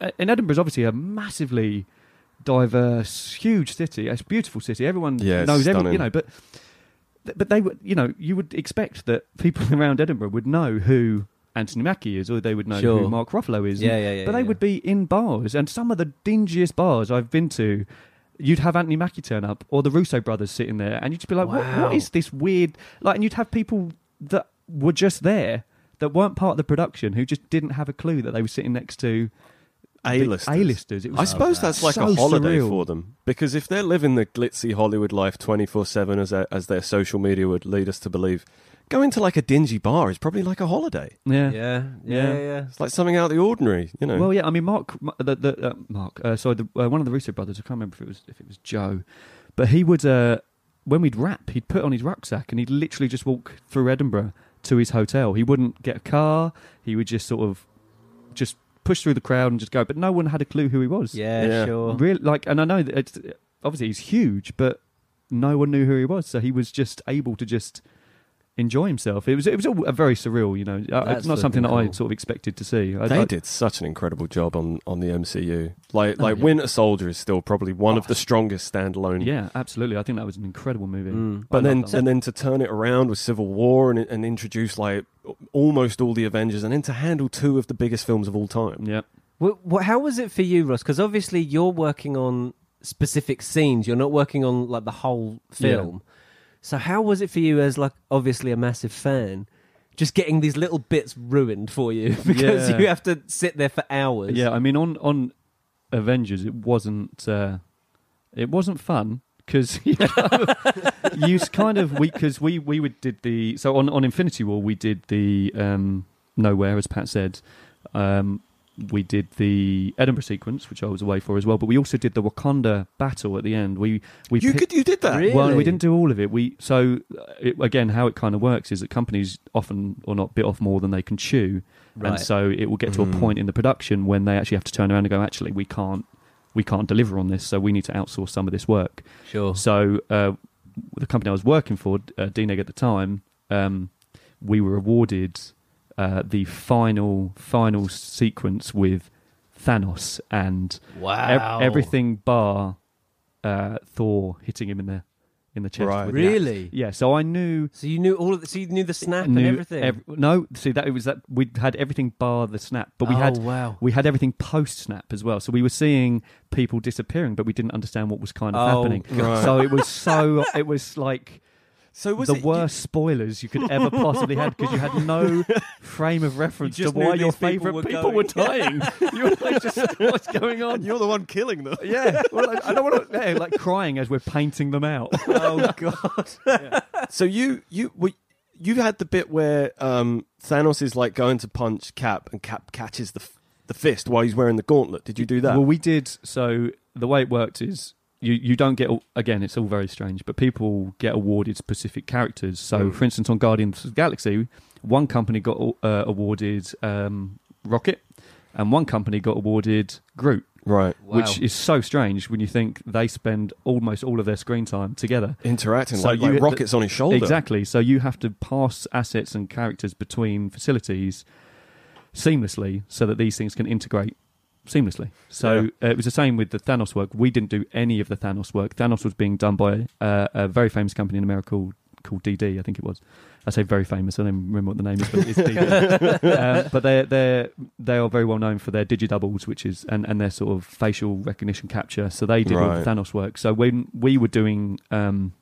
and Edinburgh's obviously a massively diverse, huge city. It's a beautiful city. Everyone Yeah, it's knows everyone, stunning. you know, but th- but they would, you know, you would expect that people around Edinburgh would know who Anthony Mackie is, or they would know Sure. who Mark Ruffalo is. Yeah, yeah, yeah, But they yeah. would be in bars, and some of the dingiest bars I've been to. You'd have Anthony Mackie turn up, or the Russo brothers sitting there, and you'd just be like, what, Wow. "What is this weird?" Like, and you'd have people that were just there that weren't part of the production, who just didn't have a clue that they were sitting next to big A-listers. A-listers. It was I suppose that's like a so holiday surreal. for them because if they're living the glitzy Hollywood life 24 7 as, their- as their social media would lead us to believe, going to like a dingy bar is probably like a holiday. yeah. yeah, yeah, yeah. Yeah. It's like something out of the ordinary, you know. Well, yeah, I mean, Mark, the, the uh, Mark, uh, sorry, the, uh, one of the Russo brothers. I can't remember if it was if it was Joe, but he would uh, when we'd rap, he'd put on his rucksack and he'd literally just walk through Edinburgh to his hotel. He wouldn't get a car. He would just sort of just push through the crowd and just go. But no one had a clue who he was. Yeah, Yeah. sure. really. Like, and I know that it's obviously he's huge, but no one knew who he was, so he was just able to just enjoy himself. It was it was all a very surreal, you know. Uh, That's It's not something fucking that I cool. sort of expected to see. I, they I- Oh, did such an incredible job on, on the MCU. Like, like Winter Soldier is still probably one of the strongest standalone. Yeah, absolutely. I think that was an incredible movie. Mm. But I then, love that. and then to turn it around with Civil War and, and introduce like almost all the Avengers, and then to handle two of the biggest films of all time. yeah, Well, well, how was it for you, Ross? Because obviously you're working on specific scenes. You're not working on like the whole film. So how was it for you as like obviously a massive fan? Just getting these little bits ruined for you because Yeah. you have to sit there for hours. yeah. I mean, on on Avengers, it wasn't uh, it wasn't fun because you, s- kind of we because we we would did the so on on Infinity War we did the um, nowhere as Pat said. Um, we did the Edinburgh sequence, which I was away for as well, but we also did the Wakanda battle at the end. We we You picked- could, you did that. Really? Well, we didn't do all of it. We so uh, it, again, how it kind of works is that companies often or not bit off more than they can chew, Right. and so it will get to a point in the production when they actually have to turn around and go, actually, we can't, we can't deliver on this, so we need to outsource some of this work. sure. So uh, the company I was working for, uh, DNEG at the time, um, we were awarded uh, the final final sequence with Thanos and ev- Wow. everything bar uh, Thor hitting him in the in the chest. Right. with the axe. Really? Yeah. So I knew. So you knew all of the, so you knew the snap and knew everything. ev- no, see that it was that we had everything bar the snap, but we Oh, had wow. we had everything post snap as well. So we were seeing people disappearing, but we didn't understand what was kind of Oh, happening. God. So it was so it was like So was the it- worst spoilers you could ever possibly had because you had no frame of reference to just why knew your these people favourite were people going. were dying. you were like, just what's going on? You're the one killing them. Yeah, well, I, I don't want to yeah, like crying as we're painting them out. Oh god. So you you were you had the bit where um, Thanos is like going to punch Cap, and Cap catches the f- the fist while he's wearing the gauntlet. Did you do that? Well, we did. So the way it worked is you you don't get all- again. It's all very strange, but people get awarded specific characters. Mm. So, for instance, on Guardians of the Galaxy, one company got uh, awarded um, Rocket, and one company got awarded Groot. right, Which is so strange when you think they spend almost all of their screen time together. interacting So like, you like hit the- rockets on his shoulder. Exactly. So you have to pass assets and characters between facilities seamlessly so that these things can integrate seamlessly. So uh, it was the same with the Thanos work. We didn't do any of the Thanos work. Thanos was being done by uh, a very famous company in America called, called DD, I think it was. I say very famous. I don't remember what the name is, but it's DD. um, but they they they are very well known for their digidoubles, which is and, and their sort of facial recognition capture. So they did all Right. the Thanos work. So when we were doing um,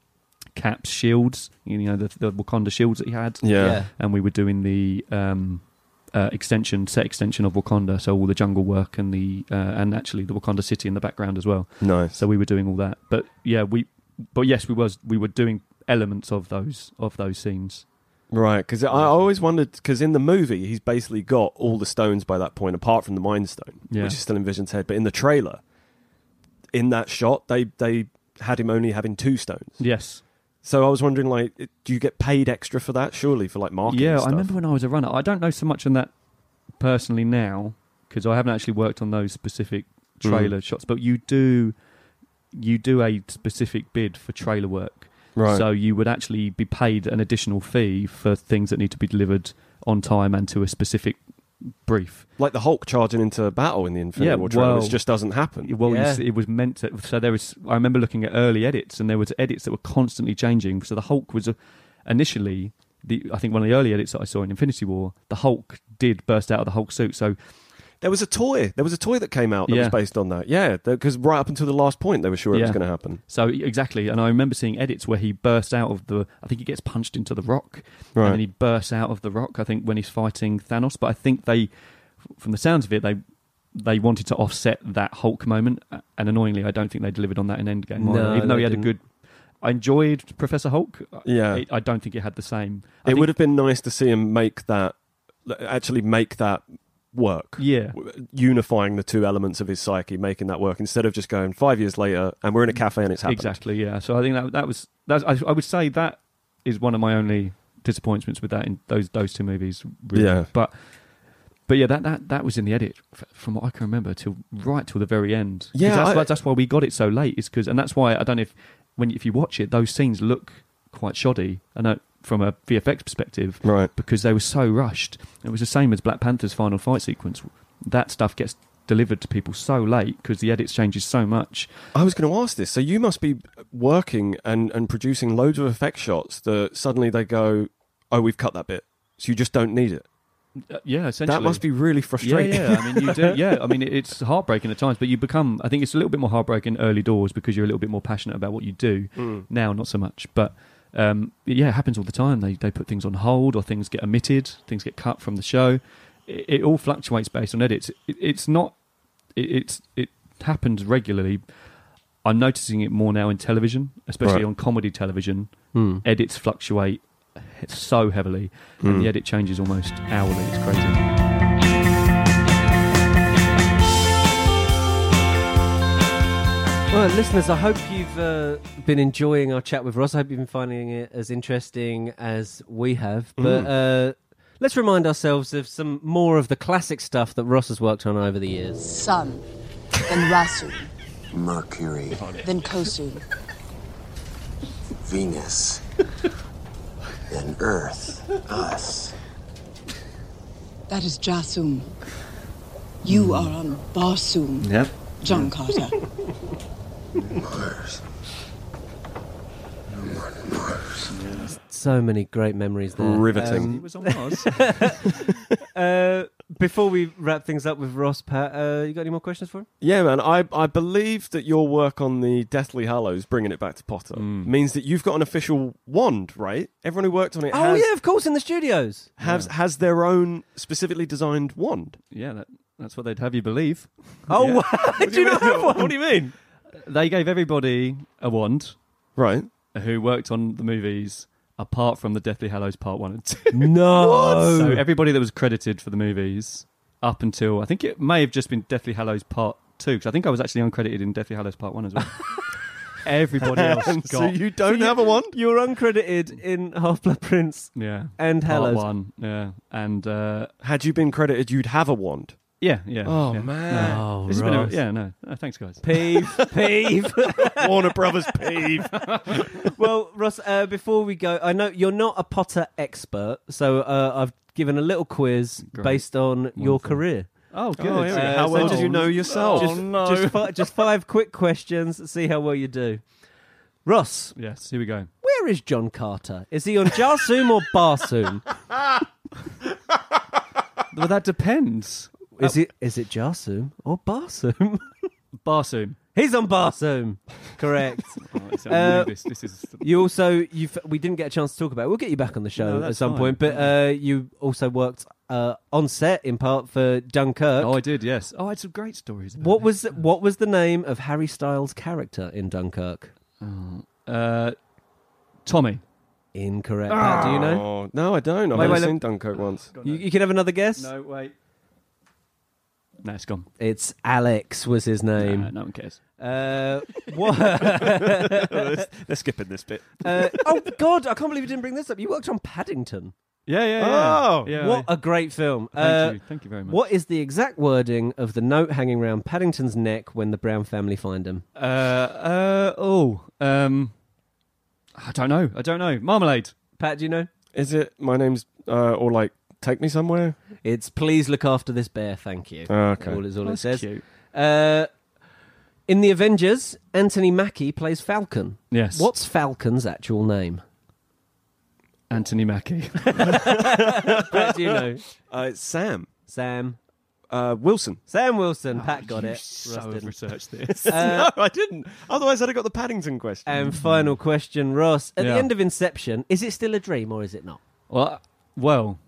Cap's shields, you know the, the Wakanda shields that he had, Yeah. Yeah. and we were doing the um, uh, extension set extension of Wakanda, so all the jungle work and the uh, and actually the Wakanda city in the background as well. Nice. So we were doing all that, but yeah, we but yes, we was we were doing elements of those of those scenes. Right, because I I always wondered because in the movie he's basically got all the stones by that point, apart from the Mind Stone, Yeah. which is still in Vision's head. But in the trailer, in that shot, they they had him only having two stones. Yes, So I was wondering, like, it- do you get paid extra for that? Surely for like marketing. yeah. stuff. I remember when I was a runner. I don't know so much on that personally now because I haven't actually worked on those specific Hmm. trailer shots, but you do you do a specific bid for trailer work. Right. So you would actually be paid an additional fee for things that need to be delivered on time and to a specific brief. like the Hulk charging into battle in the Infinity Yeah, War trailer, well- which just doesn't happen. Well, you Yeah. s it was meant to. So there was. I remember looking at early edits, and there was edits that were constantly changing. So the Hulk was a, initially the. I think one of the early edits that I saw in Infinity War, the Hulk did burst out of the Hulk suit. So There was a toy. There was a toy that came out that Yeah. was based on that. Yeah, because right up until the last point, they were sure it was Yeah. going to happen. So e, exactly, and I remember seeing edits where he bursts out of the. I think he gets punched into the rock, Right. and then he bursts out of the rock. I think when he's fighting Thanos, but I think they, from the sounds of it, they they wanted to offset that Hulk moment, and annoyingly, I don't think they delivered on that in Endgame. No, either. even though they he had didn't. a good. I enjoyed Professor Hulk. Yeah. it, I don't think it had the same. I it think- would have been nice to see him make that actually make that work Yeah. W- unifying the two elements of his psyche making that work instead of just going five years later and we're in a cafe and it's happened Exactly. Yeah. So I think that that was that's I, I would say that is one of my only disappointments with that in those those two movies. Really. Yeah. But but yeah, that, that that was in the edit f- from what I can remember till right till the very end. 'Cause Yeah, That's, I- why, that's why we got it so late. Is because and that's why I don't know if when if you watch it, those scenes look quite shoddy. I know from a VFX perspective, right because they were so rushed. It was the same as Black Panther's final fight sequence. That stuff gets delivered to people so late because the edits changes so much. i was going to ask this so you must be working and and producing loads of effect shots that suddenly they go oh we've cut that bit so you just don't need it Uh, yeah, essentially. that must be really Yeah, frustrating yeah. I mean, you do. Yeah, I mean, it- it's heartbreaking at times, but you become. I think it's a little bit more heartbreaking early doors because you're a little bit more passionate about what you do. Now, not so much, but um, yeah, it happens all the time. They they put things on hold or things get omitted, things get cut from the show. It, it all fluctuates based on edits. It, it's not. It, it's it happens regularly. I'm noticing it more now in television, especially Right. on comedy television. Edits fluctuate so heavily, and the edit changes almost hourly. It's crazy. Well, listeners, I hope you've uh, been enjoying our chat with Ross. I hope you've been finding it as interesting as we have. But uh, let's remind ourselves of some more of the classic stuff that Ross has worked on over the years. Sun, then Rasu, Mercury, then Kosu, Venus, then Earth, us. that is Jasum. You are on Barsoom, Yep. John Carter. Mars. So many great memories there. Um, riveting He was on Mars. Uh, before we wrap things up with Ross, Pat, uh, you got any more questions for him? Yeah, man. I, I believe that your work on the Deathly Hallows, bringing it back to Potter, Mm. means that you've got an official wand, right? Everyone who worked on it oh has, yeah, of course, in the studios. has has their own specifically designed wand. Yeah, that, that's what they'd have you believe. Oh, wow. do, you not have one? What do you mean? They gave everybody a wand Right. who worked on the movies apart from the Deathly Hallows Part 1 and 2. No. So everybody that was credited for the movies up until I think it may have just been Deathly Hallows Part Two because I think I was actually uncredited in Deathly Hallows Part One as well. everybody else And got so you don't have a wand? You were uncredited in Half Blood Prince yeah and Part Hallows. One yeah and uh, Had you been credited, you'd have a wand. yeah yeah yeah. man. Oh, This has been a, yeah no Uh, thanks guys Peeve, peeve. Warner Brothers peeve. well, Ross, uh, before we go, I know you're not a Potter expert, so uh, I've given a little quiz Great. based on your Wonderful. career. oh good Oh, here we go. Uh, How so well just- do you know yourself? just, just, fi- just five quick questions. See how well you do. Ross, yes here we go where is John Carter? Is he on Jarsum or Barsoom? well that depends Is it is it Jarsum or Barsoom? Barsoom He's on Barsoom. Correct. oh, it's- I Uh, knew this this is You also you we didn't get a chance to talk about. It. We'll get you back on the show No, at that's some fine. point. But uh, you also worked uh, on set in part for Dunkirk. oh I did yes oh I had some great stories about what was what was the name of Harry Styles' character in Dunkirk? it. uh, Tommy Incorrect. Pat, do you know? Oh, no, I don't. I've Wait, only wait, seen Dunkirk once. You, you can have another guess. wait no it's gone It's Alex was his Nah, name. no one cares Uh, what? They're skipping this bit. uh, oh God, I can't believe you didn't bring this up. You worked on Paddington. yeah yeah yeah Oh, yeah, What a great film. Thank Uh, you. Thank you very much. What is the exact wording of the note hanging round Paddington's neck when the Brown family find him? Uh, uh, oh, um, I don't know. I don't know. Marmalade. Pat, do you know? Is it my name's uh, or like take me somewhere? It's please look after this bear, thank you. Oh, okay. All is all That's it says. cute. Uh, in the Avengers, Anthony Mackie plays Falcon. Yes. What's Falcon's actual name? Anthony Mackie. Pat, do you know? Uh, it's Sam Sam. uh, Wilson. Sam Wilson. Pat got Oh, it. You Ross So didn't. researched this. no, I didn't. Otherwise, I'd have got the Paddington question. And final question, Ross. At Yeah. the end of Inception, is it still a dream or is it not? well, well,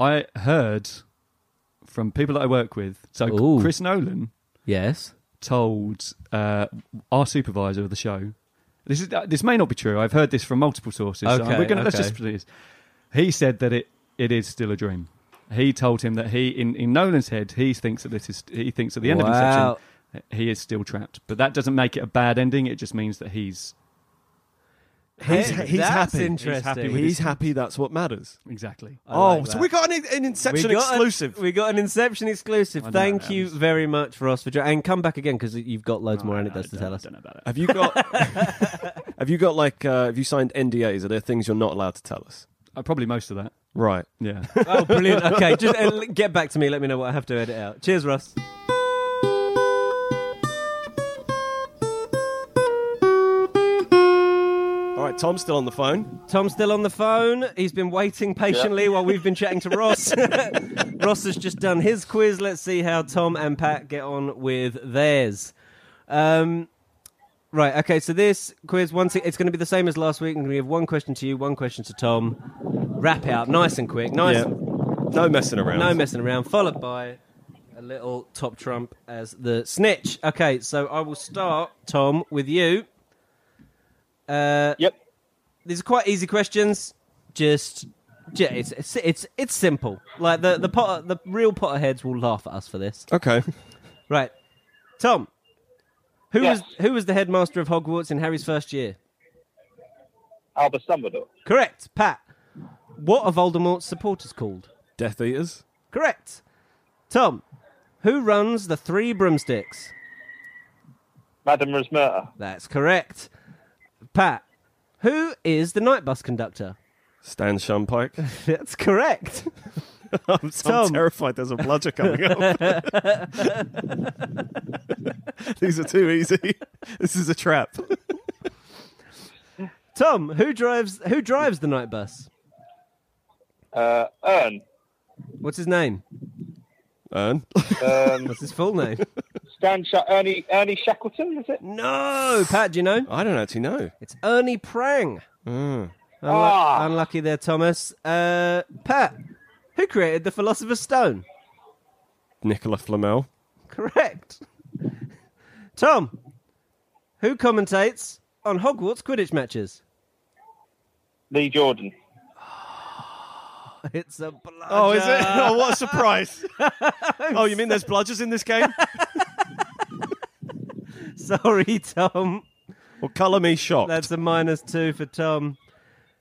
I heard from people that I work with. So Ooh. Chris Nolan Yes. told uh, our supervisor of the show. This is uh, this may not be true. I've heard this from multiple sources. so Okay, we're gonna let's okay. just put this. He said that it it is still a dream. He told him that he in, in Nolan's head he thinks that this is he thinks at the end of Wow. Inception he is still trapped. But that doesn't make it a bad ending. It just means that he's he's, Hey, he's that's happy. interesting. He's happy. He's happy. That's what matters. exactly. I oh, like so that. we got an, an Inception got an- exclusive. we got an Inception exclusive. I know Thank that you was- Oh, very much, Ross, for joining. And come back again because you've got loads more I anecdotes to don't- tell I us. don't know about it. have you got? have you got like? Uh, have you signed NDAs? Are there things you're not allowed to tell us? Uh, probably most of that. Right. Yeah. Oh, brilliant. Okay, just uh, l- get back to me. Let me know what I have to edit out. Cheers, Ross. All right. Tom's still on the phone. Tom's still on the phone. He's been waiting patiently while we've been chatting to Ross. Ross has just done his quiz. Let's see how Tom and Pat get on with theirs. Um, right. Okay. So this quiz, once it's going to be the same as last week. I'm going to give one question to you, one question to Tom. Wrap it up, nice and quick. Nice, Yeah. No messing around. No messing around, followed by a little top trump as the snitch. Okay, so I will start, Tom, with you. Uh, Yep. these are quite easy questions. Just, ju- it's, it's it's it's simple. Like the the Potter, the real Potterheads will laugh at us for this. Okay. Right, Tom. Who Yes. was who was the headmaster of Hogwarts in Harry's first year? Albus Dumbledore. Correct, Pat. What are Voldemort's supporters called? Death Eaters. Correct. Tom, who runs the three broomsticks? Madame Rasmurta. That's correct. Pat, who is the night bus conductor? Stan Shumpike. That's correct. I'm, Tom. I'm terrified there's a bludger coming up. These are too easy. This is a trap. Tom, who drives who drives the night bus? Uh, Ern. What's his name? Ern. Um, What's his full name? Stan Sha- Ernie Ernie Shackleton, is it? no, Pat, do you know? I don't actually know. It's Ernie Prang. Unlu- Ah. Unlucky there, Thomas. Uh, Pat, who created the Philosopher's Stone? Nicola Flamel. Correct. Tom, who commentates on Hogwarts Quidditch matches? Lee Jordan. It's a blood. Oh, is it? Oh, what a surprise. oh, you mean there's bludgers in this game? Sorry, Tom. Well, colour me shocked. That's a minus two for Tom.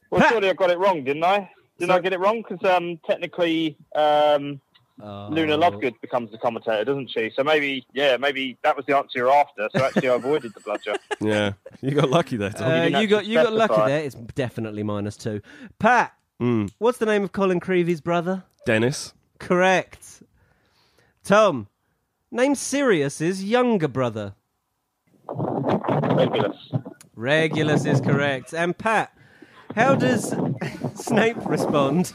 Well, Pat- surely I got it wrong, didn't I? Didn't I Sorry. get it wrong? Because um, technically, um, Luna Lovegood becomes the commentator, doesn't she? So maybe, yeah, maybe that was the answer you're after. So actually, I avoided the bludger. Yeah. Oh, You got lucky there, Tom. Uh, didn't you got you got actually lucky specify. there. It's definitely minus two. Pat, Mm. what's the name of Colin Creevy's brother? Dennis. Correct. Tom, name Sirius's younger brother. Fabulous. Regulus is correct. And Pat, how does Snape respond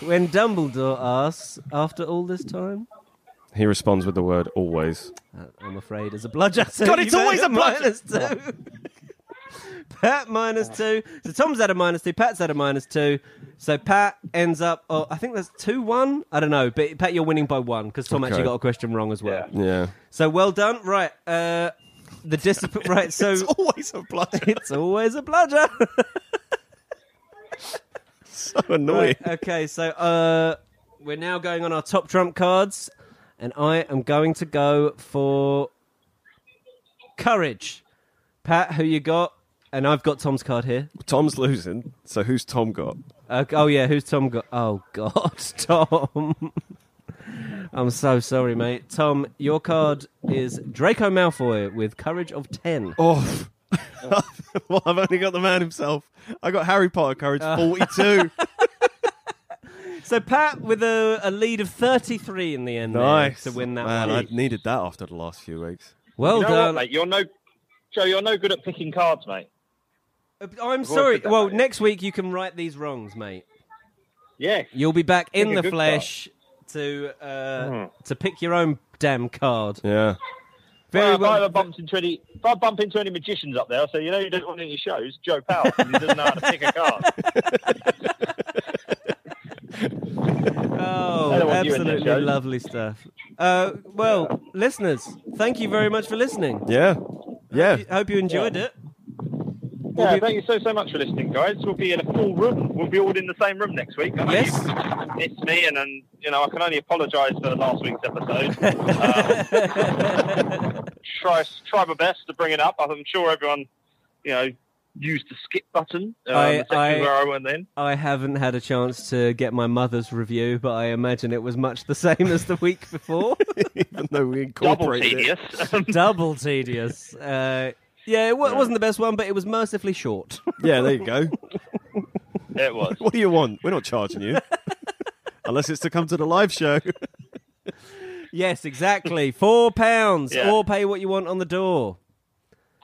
when Dumbledore asks, after all this time? He responds with the word always. Uh, I'm afraid is a bludger. So God, it's you've always had a bludger. minus two. Pat minus two. So Tom's at a minus two. Pat's at a minus two. So Pat ends up. Oh, I think that's two one. I don't know, but Pat, you're winning by one because Tom actually Okay. got a question wrong as well. Yeah. So well done. Right. Uh, the discipline. right. So It's always a bludger. it's always a bludger. so annoying. Right, okay, so uh, we're now going on our top trump cards, and I am going to go for courage. Pat, who you got? And I've got Tom's card here. Tom's losing, so who's Tom got? Uh, oh yeah, who's Tom got? Oh God, Tom. I'm so sorry, mate. Tom, your card is Draco Malfoy with courage of ten. Oh. well, I've only got the man himself. I got Harry Potter courage 42. So Pat with a, a lead of 33 in the end. there nice. to win that Man, one. I needed that after the last few weeks. Well You know done. what, mate? You're no, Joe. You're no good at picking cards, mate. Uh, I'm all sorry. said that, Well, mate. next week you can right these wrongs, mate. Yeah. You'll be back in Think a the good flesh to uh, Hmm. to pick your own damn card. Yeah. Very Well, If I well. ever bump into any, if I bump into any magicians up there, I'll say, you know, you don't want any shows, Joe Powell. 'cause He doesn't know how to pick a card. Oh, I don't want you in absolutely there, Joe. lovely stuff. Uh, well, listeners, thank you very much for listening. Yeah. Yeah. Hope you enjoyed it. Yeah, be- thank you so so much for listening, guys. We'll be in a full room. We'll be all in the same room next week. I know Yes. you missed me, and, and you know I can only apologise for last week's episode. um, try try my best to bring it up. I'm sure everyone, you know, used the skip button. Um, I- exactly I- where I went then. I haven't had a chance to get my mother's review, but I imagine it was much the same as the week before. Even though we Double incorporated it. tedious. Double tedious. Uh, yeah, it wa- wasn't the best one, but it was mercifully short. Yeah, there you go. it was. What do you want? We're not charging you. Unless it's to come to the live show. Yes, exactly. Four pounds, Yeah. or pay what you want on the door.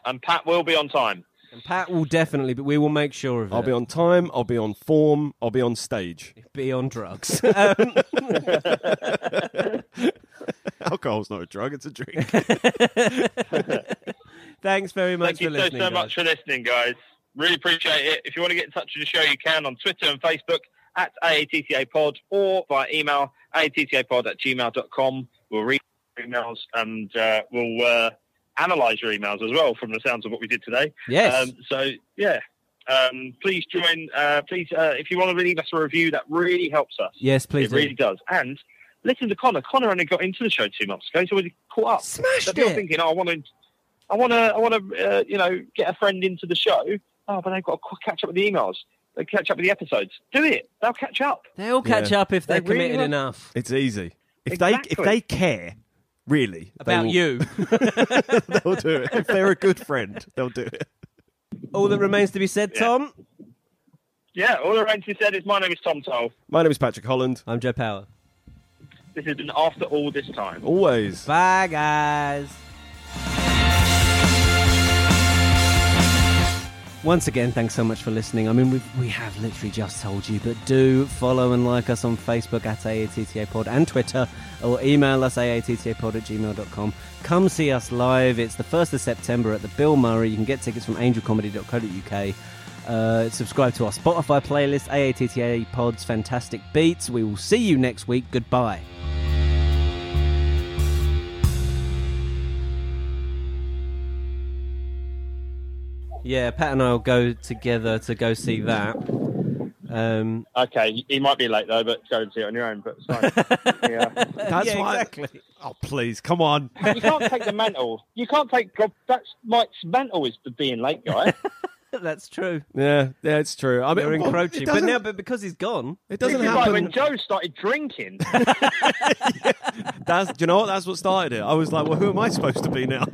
And Pat will be on time. And Pat will definitely, but we will make sure of it. I'll be on time, I'll be on form, I'll be on stage. Be on drugs. um, Alcohol's not a drug, it's a drink. thanks very much Thank you for so listening. so guys. much for listening, guys. Really appreciate it. If you want to get in touch with the show, you can on Twitter and Facebook at AATTA Pod or via email AATTAPod at gmail.com. We'll read your emails and uh, we'll uh, analyse your emails as well from the sounds of what we did today. Yes. Um, so, yeah. Um, please join. Uh, please, uh, if you want to leave us a review, that really helps us. yes, please. it do. really does. And listen to Connor. Connor only got into the show two months ago. He's already caught up. Smashed So if you're it. thinking, oh, I want to, I want to, I want to, uh, you know, get a friend into the show. Oh, but they've got to qu- catch up with the emails. They catch up with the episodes. Do it. They'll catch up. They'll catch Yeah. up if they're They really committed will. enough. It's easy. If they Exactly. if they care really they About will- you. they'll do it. If they're a good friend, they'll do it. All that remains to be said, Yeah. Tom. Yeah. All that remains to be said is my name is Tom Toll. My name is Patrick Holland. I'm Joe Power. This has been after all this time. Always. Bye, guys. Once again, thanks so much for listening. I mean, we we have literally just told you, but do follow and like us on Facebook at AATTA Pod and Twitter, or email us aattapod at gmail.com. Come see us live. It's the 1st of September at the Bill Murray. You can get tickets from angelcomedy.co.uk. Uh, subscribe to our Spotify playlist, AATTA Pod's Fantastic Beats. We will see you next week. Goodbye. Yeah, Pat and I will go together to go see that. Um, Okay, he might be late though, but go and see it on your own. But it's fine. yeah. That's yeah, why. exactly. Oh, please, come on. You can't take the mantle. You can't take God, that's Mike's mantle is for being late, guy. That's true. Yeah, yeah, it's true. I mean, They're well, encroaching, It but doesn't, now, but because he's gone, it doesn't It's like happen. when Joe started drinking. That's, do you know what? That's what started it. I was like, well, who am I supposed to be now?